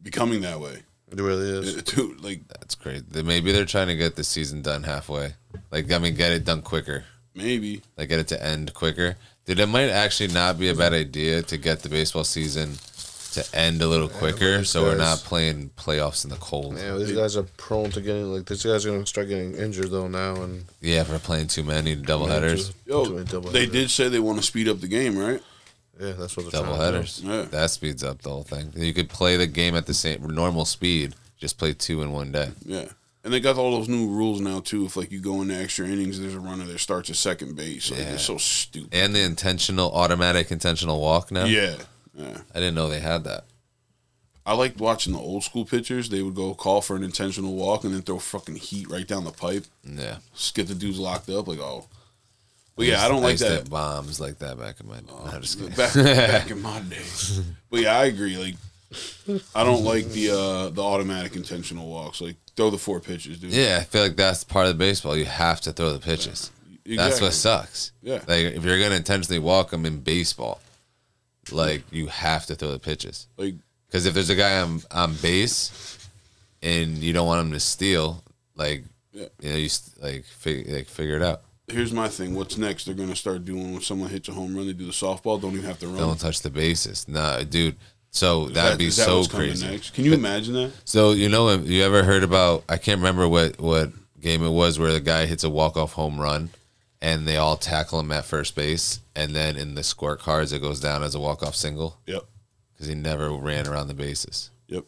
S3: becoming that way.
S2: It really is.
S3: Dude, like
S4: That's crazy. They- Maybe they're trying to get the season done halfway. Like I mean, get it done quicker.
S3: maybe.
S4: like get it to end quicker. Dude, it might actually not be a bad idea to get the baseball season to end a little quicker, so we're not
S2: guys-
S4: playing playoffs in the cold.
S2: Yeah, these guys are prone to getting like these guys are gonna start getting injured though now and
S4: Yeah, if we're playing too many double headers,
S3: Yo,
S2: Doing double
S3: they
S2: headers.
S3: did say they want to speed up the game, right?
S2: Yeah, that's what they're
S4: double
S2: trying to do.
S4: headers,
S3: Yeah.
S4: that speeds up the whole thing. You could play the game at the same normal speed, just play two in one day.
S3: Yeah. And they got all those new rules now too. If like you go into extra innings, there's a runner that starts at second base. Like
S4: Yeah.
S3: it's so stupid.
S4: And the intentional, automatic, intentional walk now.
S3: Yeah. Yeah.
S4: I didn't know they had that.
S3: I liked watching the old school pitchers. They would go call for an intentional walk and then throw fucking heat right down the pipe.
S4: Yeah,
S3: Just get the dudes locked up. Like oh, but yeah, I don't like
S4: used to
S3: that. Oh,
S4: hit bombs like that back in my. no, I'm just kidding.
S3: back, back in my day. But yeah, I agree. Like, I don't like the uh the automatic intentional walks. Like, throw the four pitches, dude.
S4: Yeah, I feel like that's part of the baseball. You have to throw the pitches. That's
S3: Exactly.
S4: what sucks.
S3: Yeah.
S4: Like if you're gonna intentionally walk them in baseball, like you have to throw the pitches.
S3: Like,
S4: Because if there's a guy on on base, and you don't want him to steal, like
S3: Yeah.
S4: you know, you st- like fig- like figure it out.
S3: here's my thing. What's next? They're gonna start doing when someone hits a home run. They do the softball. Don't even have to run.
S4: Don't touch the bases, nah, dude. So
S3: Is
S4: that'd
S3: that-
S4: be
S3: is that
S4: so
S3: what's coming
S4: crazy.
S3: next? Can you imagine that?
S4: So you know, have you ever heard about? I can't remember what what game it was where the guy hits a walk off home run, and they all tackle him at first base, and then in the scorecards it goes down as a walk off single
S3: Yep.
S4: because he never ran around the bases.
S3: Yep.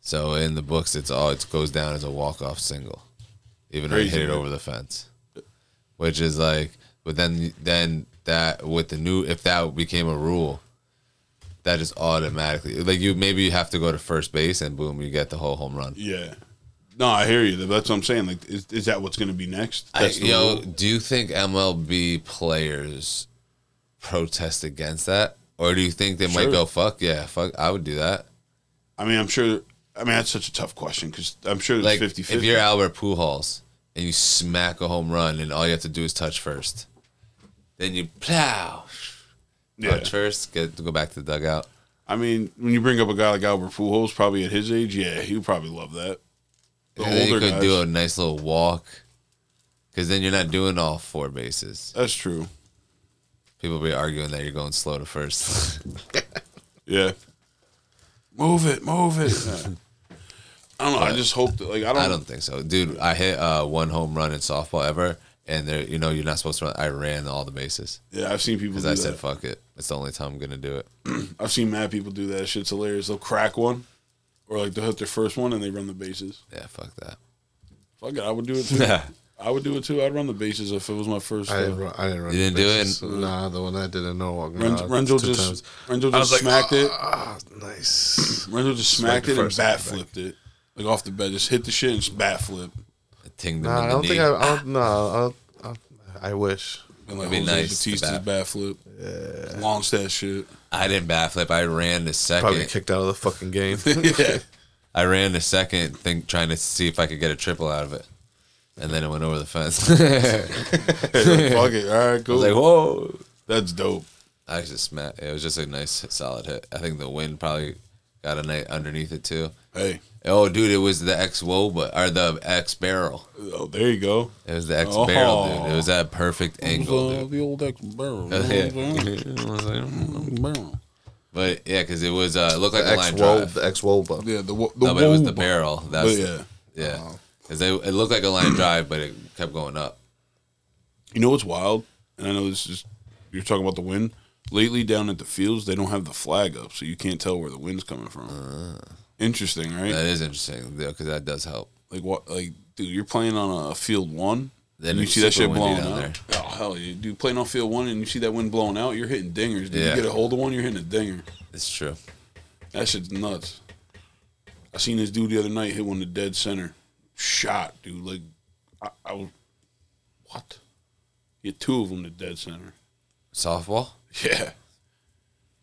S4: So in the books, it's all it goes down as a walk off single, even though he
S3: Crazy,
S4: hit it
S3: man.
S4: over the fence, which is like. But then then that with the new if that became a rule. That just automatically like you maybe you have to go to first base and boom you get the whole home run.
S3: Yeah. No, I hear you. That's what I'm saying. Like, is, is that what's going to be next?
S4: I,
S3: That's the
S4: yo,
S3: rule?
S4: do you think MLB players protest against that, or do you think they might
S3: Sure.
S4: go fuck yeah, fuck? I would do that.
S3: I mean, I'm sure. I mean, that's such a tough question because I'm sure it's
S4: Like
S3: 50
S4: if
S3: 50.
S4: you're Albert Pujols and you smack a home run, and all you have to do is touch first, then you plow
S3: yeah.
S4: touch first, get go back to the dugout.
S3: I mean, when you bring up a guy like Albert Pujols, probably at his age, yeah, he would probably love that. The
S4: and then you
S3: older
S4: could
S3: guys,
S4: do a nice little walk, because then you're not doing all four bases.
S3: that's true.
S4: People be arguing that you're going slow to first.
S3: Yeah, move it, move it. Yeah. I don't know. I just hope that, like, I don't.
S4: I don't think so, dude. I hit uh, one home run in softball ever, and there, you know, you're not supposed to. Run. I ran all the bases
S3: yeah, I've seen people.
S4: because
S3: Do
S4: I
S3: that.
S4: said, "Fuck it." It's the only time I'm gonna do it.
S3: I've seen mad people do that. Shit's hilarious. They'll crack one, or like they'll hit their first one and they run the bases.
S4: Yeah, fuck that.
S3: Fuck it, I would do it too. I would do it too. I'd run the bases if it was my first.
S2: I didn't
S3: Uh,
S2: run. I didn't run
S4: You didn't
S2: the
S4: do
S2: bases.
S4: it?
S2: Nah, the one I did in Norwalk.
S3: Ren-
S2: nah,
S3: Renzo
S2: two
S3: just
S2: times.
S3: Renzo
S2: I was
S3: just
S2: like,
S3: smacked it.
S2: Ah, nice.
S3: Renzo just smacked
S2: the
S3: it and
S2: first one
S3: bat
S2: back.
S3: flipped it, like off the bat. Just hit the shit and just bat flip.
S4: I tinged them
S2: Nah,
S4: in
S2: I
S4: the
S2: don't
S4: knee.
S2: think I. I don't, nah, I, I, I wish.
S3: And like
S4: That'd be
S3: Jose
S4: nice to
S3: Batista's bat.
S4: bat.
S3: flip. Yeah. Launch that shit.
S4: I didn't bat flip. I ran the
S2: Probably
S4: second.
S2: kicked out of the fucking game.
S3: yeah.
S4: I ran the second, think trying to see if I could get a triple out of it, and then it went over the fence.
S3: Fuck it. All right, cool.
S4: like whoa.
S3: That's dope.
S4: I actually smacked. It was just a nice solid hit. I think the wind probably got a night underneath it too.
S3: Hey.
S4: Oh, dude, it was the X Woba or the X barrel.
S3: Oh, there you go.
S4: It was the X
S3: Oh.
S4: barrel, dude. It was that perfect angle, dude.
S3: the old X barrel.
S4: Yeah. I was like, mm.
S3: barrel.
S4: but yeah, because it was uh, it looked like a
S2: Ex
S4: line
S2: Woba.
S4: drive.
S2: The ex Woba.
S3: Yeah, the wo- the
S4: No, but it was the
S3: Woba.
S4: barrel. That
S3: But
S4: was
S3: yeah. Oh.
S4: yeah. Because it looked like a line drive, but it kept going up.
S3: You know what's wild? And I know this is you're talking about the wind. Lately, down at the fields, they don't have the flag up, so you can't tell where the wind's coming from. Interesting, right?
S4: Uh. That is interesting, though, because that does help.
S3: like what? Like, dude, you're playing on a field one.
S4: Then
S3: And you
S4: it's
S3: see that
S4: super
S3: shit
S4: windy
S3: blowing
S4: down
S3: out. Oh hell, you do playing on field one, and you see that wind blowing out. You're hitting dingers. Dude.
S4: Yeah.
S3: You get a hold of one, you're hitting a dinger.
S4: It's true.
S3: That shit's nuts. I seen this dude the other night hit one to dead center. Shot, dude. Like, I, I was, what? He had two of them to dead center.
S4: Softball.
S3: Yeah.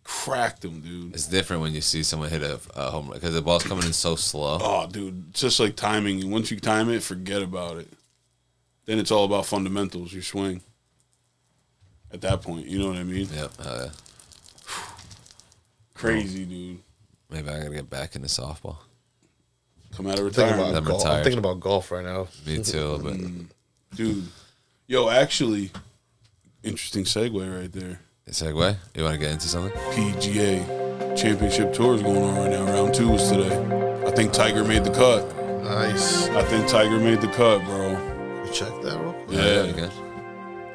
S3: Cracked him, dude.
S4: It's different when you see someone hit a, a home run because the ball's coming in so slow.
S3: Oh, dude. It's just like timing. Once you time it, forget about it. Then it's all about fundamentals, your swing. At that point, you know what I mean?
S4: Yep. uh, hell yeah.
S3: Crazy, dude.
S4: Maybe I gotta get back into softball.
S3: Come out of
S2: I'm thinking, about
S3: retirement,
S4: I'm
S2: golf. I'm
S4: retired.
S2: thinking about golf right now.
S4: Me too,
S3: Mm.
S4: but
S3: dude. Yo, actually, interesting segue right there.
S4: segue. You want to get into something?
S3: PGA Championship Tour is going on right now. Round two is today. I think Tiger made the cut.
S2: Nice.
S3: I think Tiger made the cut, bro.
S2: You check that real quick.
S3: Yeah.
S4: You good?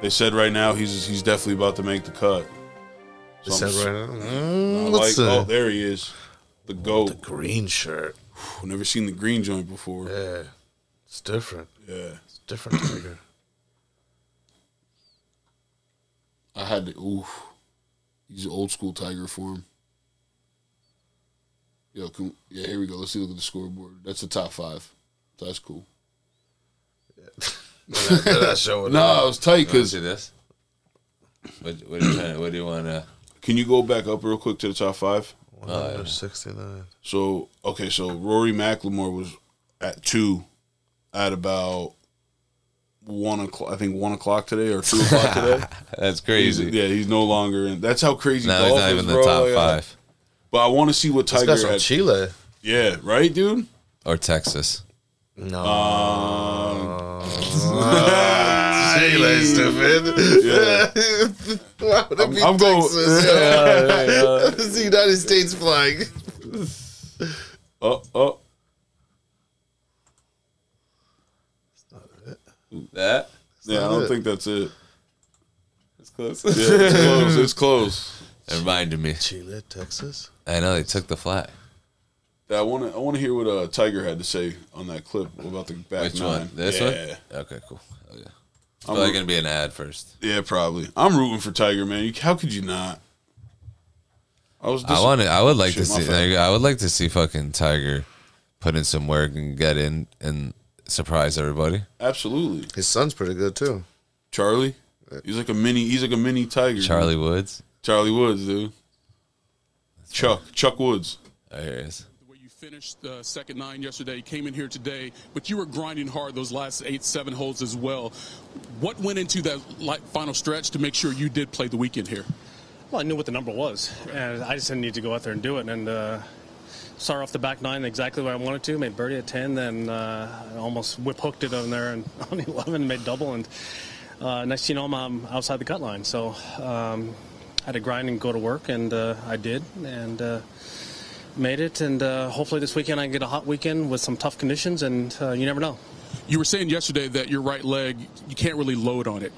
S3: They said right now he's he's definitely about to make the cut.
S2: They
S3: So
S2: said
S3: I'm s-
S2: right now. Mm,
S3: I
S2: let's
S3: like,
S2: see.
S3: oh, there he is. Oh, The goat.
S2: the green shirt.
S3: I've never seen the green joint before. Yeah.
S2: Yeah. It's different. It's different tiger.
S3: I had to, oof. He's an old school Tiger form. Yo, can, yeah, here we go. Let's see, look at the scoreboard. That's the top five. That's cool.
S2: They're not showing
S3: No, it was tight
S4: You wanna
S3: because
S4: see this? What, what, are you trying, what do you want to?
S3: Can you go back up real quick to the top five?
S2: 169.
S3: So okay, so Rory McLemore was at two, at about one o'clock. I think one o'clock today or two o'clock today.
S4: That's
S3: He's,
S4: crazy.
S3: yeah, he's no longer in. That's how crazy
S4: Now
S3: golf
S4: he's not
S3: is,
S4: even in the
S3: bro.
S4: top
S3: Yeah.
S4: five
S3: But I want to see what
S2: This guy's
S3: Tiger
S2: from
S3: had.
S2: Chile.
S3: Yeah, right, dude.
S4: or Texas.
S2: No. Uh,
S3: Um,
S2: Chile, stupid.
S3: yeah,
S2: Why would it
S3: I'm,
S2: be
S3: I'm going.
S2: Texas? This is the United States flag.
S3: Uh, uh,
S4: That
S3: yeah, I
S2: it.
S3: don't think that's it.
S4: that's close.
S3: Yeah, it's close. It's close.
S4: It reminded me.
S2: Chile, Texas.
S4: I know they took the flag.
S3: I want to. I want to hear what uh, Tiger had to say on that clip about the back
S4: Which
S3: nine.
S4: one? This
S3: yeah.
S4: one. Okay, cool. Hell yeah. It's
S3: I'm
S4: probably
S3: a-
S4: gonna be an ad first.
S3: Yeah, probably. I'm rooting for Tiger, man. You, how could you not? I was.
S4: I want to. I would like
S3: Shit,
S4: to
S3: my
S4: see.
S3: bad.
S4: I would like to see fucking Tiger put in some work and get in and surprise everybody.
S3: Mm-hmm. Absolutely,
S2: His son's pretty good too.
S3: Charlie. He's like a mini. He's like a mini tiger. dude.
S4: Charlie Woods.
S3: Charlie Woods, dude. Chuck. Chuck Woods.
S4: Oh, here he is.
S7: where you finished the second nine yesterday, came in here today, but you were grinding hard those last eight, seven holes as well. What went into that li- final stretch to make sure you did play the weekend here?
S8: Well, I knew what the number was, and I just didn't need to go out there and do it. And uh, start off the back nine exactly where I wanted to. Made birdie at ten, then uh, I almost whip hooked it on there and on eleven made double. And uh, next thing you know, I'm, I'm outside the cut line. So um, I had to grind and go to work, and uh, I did, and uh, made it. And uh, hopefully this weekend I can get a hot weekend with some tough conditions, and uh, you never know.
S7: You were saying yesterday that your right leg, you can't really load on it.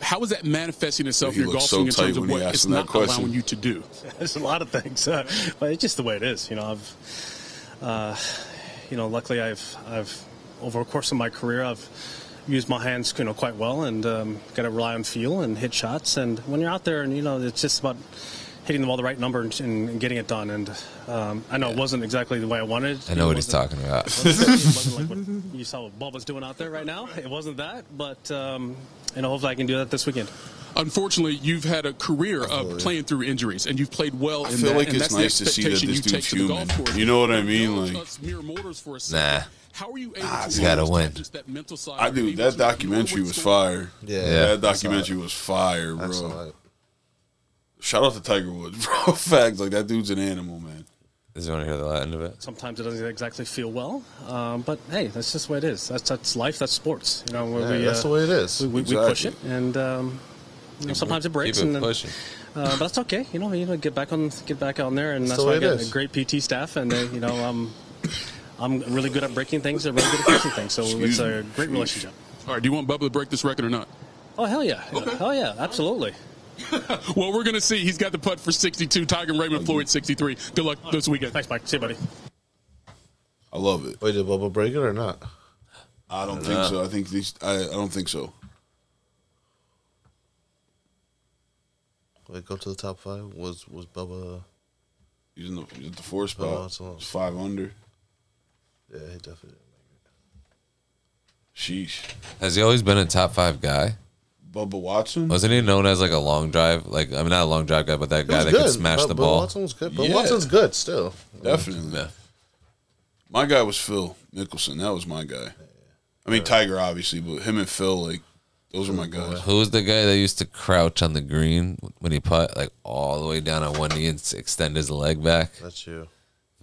S7: How is that manifesting itself
S3: He
S7: in your
S3: looked
S7: golf
S3: so
S7: swing in
S3: tight
S7: terms of
S3: when he
S7: what
S3: asked
S7: it's
S3: him that
S7: not
S3: question.
S7: allowing you to do?
S8: There's a lot of things, uh, but it's just the way it is. You know, I've, uh, you know, luckily I've, I've, over the course of my career, I've used my hands, you know, quite well, and um, got to rely on feel and hit shots. And when you're out there, and you know, it's just about hitting the ball the right number and, and getting it done. And um, I know it wasn't exactly the way I wanted.
S4: I know
S8: It
S4: what he's
S8: wasn't-
S4: talking about.
S8: it wasn't like what you saw what Bubba's doing out there right now. It wasn't that, but um, you know, hopefully I can do that this weekend.
S7: Unfortunately, you've had a career of playing through injuries, and you've played well
S3: I
S7: in
S3: feel
S7: that,
S3: like
S7: and
S3: it's
S7: that's the
S3: nice to see that
S7: expectation
S3: this
S7: you
S3: dude's
S7: take to the
S3: human.
S7: golf course.
S3: You know what I mean?
S7: Acknowledge
S3: Like,
S7: us mere mortals for a
S4: Nah.
S7: second. How are you able to
S4: he's gotta
S7: overcome
S4: win.
S7: just that mental side
S3: I
S7: of being
S3: dude,
S7: able
S3: that
S7: to know
S3: documentary
S7: what's
S3: was
S7: going on?
S3: fire.
S2: Yeah.
S3: that documentary was fire, bro.
S2: That's all right.
S3: Shout out to Tiger Woods, bro. Facts, like that dude's an animal, man.
S4: Does you want to hear the end of it?
S8: sometimes it doesn't exactly feel well. Um, but hey, that's just the way it is. That's that's life. That's sports. You know, where
S2: Yeah,
S8: we,
S2: that's
S8: uh,
S2: the way it is.
S8: we, we
S3: Exactly.
S8: push it, and um, you know, sometimes it breaks,
S4: Keep
S8: and
S4: it
S8: then,
S4: pushing.
S8: uh, but that's okay. You know, you know, get back on, get back on there, and
S2: That's
S8: that's,
S2: the
S8: why
S2: way
S8: I
S2: it
S8: got
S2: is.
S8: a great PT staff, and they, you know, um, I'm really good at breaking things. They're really good at fixing things, so
S3: Excuse
S8: it's a
S3: me.
S8: great relationship.
S7: All right, do you want Bubba to break this record or not?
S8: Oh hell yeah! Hell yeah! Absolutely.
S7: Well, we're going to see. He's got the putt for 62. Tiger Raymond Floyd 63. Good luck this weekend.
S8: Thanks, Mike. See you, buddy.
S3: I love it.
S2: Wait, did Bubba break it or not?
S3: I don't think so. I think these. I, I don't think so.
S2: Wait, go to the top five. Was was Bubba?
S3: He's in the, he's at the four
S2: Oh,
S3: spot.
S2: that's a lot.
S3: He's five under.
S2: Yeah, he definitely. didn't make it.
S3: Sheesh.
S4: Has he always been a top five guy?
S3: Bubba Watson.
S4: Wasn't he known as like a long drive? Like I mean, not a long drive guy, but that guy
S2: He was
S4: that
S2: good.
S4: could smash
S2: Bub-
S4: the
S2: Bubba
S4: ball.
S2: Watson was good. But
S3: Yeah.
S2: Watson's good still.
S3: Definitely.
S4: Yeah.
S3: My guy was Phil Mickelson. That was my guy. I mean Tiger, obviously, but him and Phil, like, those are my guys.
S4: Who was the guy that used to crouch on the green when he putt, like all the way down on one knee and s- extend his leg back?
S2: That's you.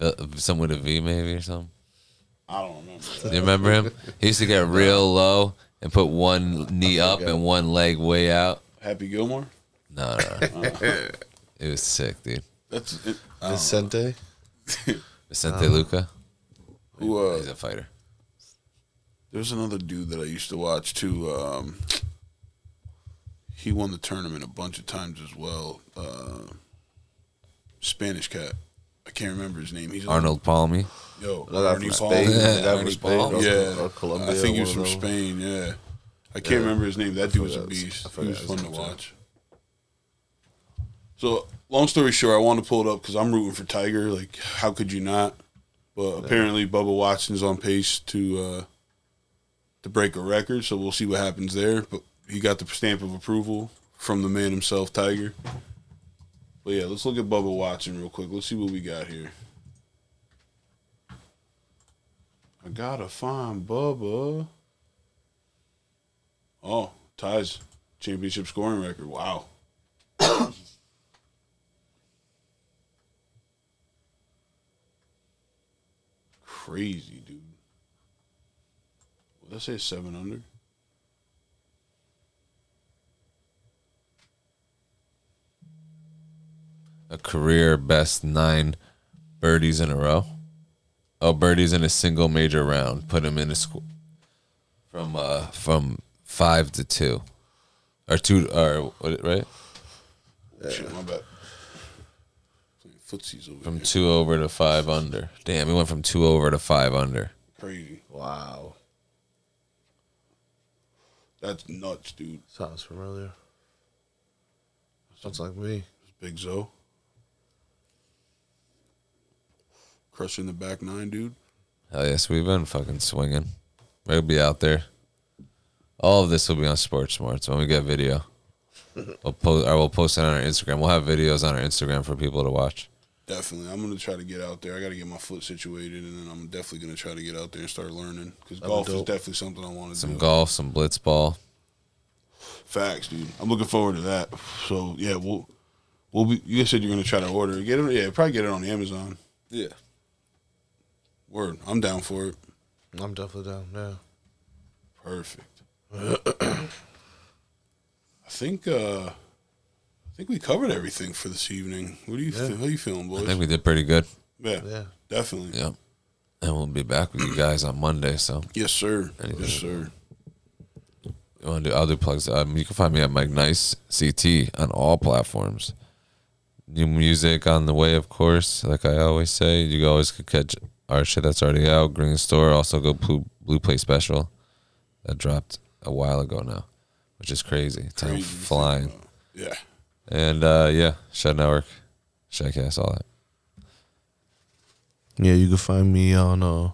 S4: Uh, Someone with a V maybe or something.
S3: I don't remember.
S4: Do you remember him? He used to get real low and put one knee up and one leg way out.
S3: Happy Gilmore.
S4: No, no, no. it was sick, dude.
S3: That's it. I don't-
S2: Vicente.
S4: Vicente Luca,
S3: who, uh,
S4: he's a fighter.
S3: There's another dude that I used to watch too. Um, he won the tournament a bunch of times as well. Uh, Spanish cat. I can't remember his name. He's
S4: Arnold Palmy.
S3: Yo,
S2: That guy
S3: Arnie
S2: from
S3: Ball.
S2: Spain.
S4: Yeah,
S2: That guy
S4: Ernie
S2: from Spain.
S4: Ball.
S3: Yeah,
S2: Or Colombia.
S3: I think he was
S2: one
S3: from
S2: of them.
S3: Spain. Yeah, I can't remember his name. That dude was a
S2: forgot his- I
S3: beast. He
S2: forgot
S3: was
S2: his
S3: fun to
S2: name, too.
S3: watch. So, long story short, I want to pull it up because I'm rooting for Tiger. Like, how could you not? But apparently, Bubba Watson's on pace to uh, to break a record. So we'll see what happens there. But he got the stamp of approval from the man himself, Tiger. But yeah, let's look at Bubba Watson real quick. Let's see what we got here. I gotta find Bubba. Oh, ties championship scoring record. Wow. Crazy, dude. Well, let's say seven under.
S4: a career best nine birdies in a row. Oh, birdies in a single major round put him in a squ- from uh from five to two, or two or what, right
S3: Shit, my bad. Playing footsies over
S4: from
S3: here.
S4: two over to five under. Damn, he went from two over to five under.
S3: Crazy.
S2: Wow.
S3: That's nuts, dude.
S2: Sounds familiar. Sounds like me.
S3: Big Zoe. Crushing the back nine, dude.
S4: Hell yes, we've been fucking swinging. We'll be out there. All of this will be on Sports Smarts when we get video. We'll post, or we'll post it on our Instagram. We'll have videos on our Instagram for people to watch.
S3: Definitely, I'm gonna try to get out there. I got to get my foot situated, and then I'm definitely gonna try to get out there and start learning because golf is
S2: dope.
S3: definitely something I want to
S4: Some
S3: do.
S4: golf, some blitz ball.
S3: Facts, dude. I'm looking forward to that. So yeah, we'll we'll be. You said you're gonna try to order. Get it? Yeah, probably get it on Amazon.
S4: Yeah.
S3: Word, I'm down for it.
S2: I'm definitely down. Yeah.
S3: Perfect. I think uh I think we covered everything for this evening. What do you feel? How you feeling, boys?
S4: I think we did pretty good.
S3: yeah,
S2: Yeah.
S3: definitely.
S4: Yep. And we'll be back with you guys on Monday. So
S3: Yes, sir. Yes, sir.
S4: you want to do, I'll do plugs. Um, you can find me at Mike Nice CT on all platforms. New music on the way, of course. Like I always say, you always could catch our shit that's already out. Green Store. Also go Blue, Blue Play Special. That dropped a while ago now, which is crazy. Time
S3: Crazy to think
S4: flying.
S3: about. Yeah.
S4: And uh, yeah, Shed Network, Shedcast, all that.
S2: Yeah, you can find me on uh,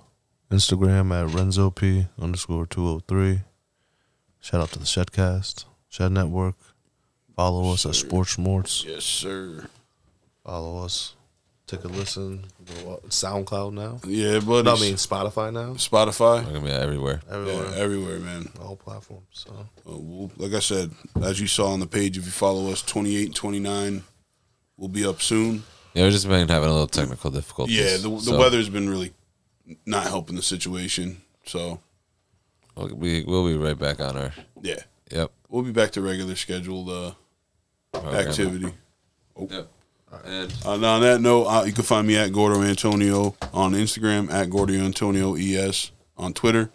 S2: Instagram at Renzo P underscore two oh three. Shout out to the Shedcast, Shed Network. Follow us at Sports Morts.
S3: Yes, sir.
S2: Follow us. Take a listen. Go up- SoundCloud now.
S3: Yeah, but
S2: No, I mean Spotify now.
S3: Spotify.
S4: We're gonna be everywhere.
S2: Everywhere.
S3: Yeah, everywhere, man.
S2: All platforms. So
S3: Uh, we'll, like I said, as you saw on the page, if you follow us, 28 and 29 will be up soon.
S4: Yeah, we've just been having a little technical difficulties.
S3: Yeah, the, the
S4: so
S3: weather's been really not helping the situation. So,
S4: We'll be, we'll be right back on our.
S3: yeah,
S4: Yep.
S3: we'll be back to regular scheduled uh,
S4: program.
S3: activity.
S4: Yep. And
S3: And on that note, uh, you can find me at Gordo Antonio on Instagram, at Gordo Antonio ES on Twitter,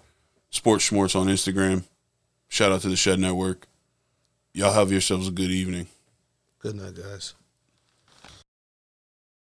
S3: Sports Schmorts on Instagram. Shout out to the Shed Network. Y'all have yourselves a good evening.
S2: good night, guys.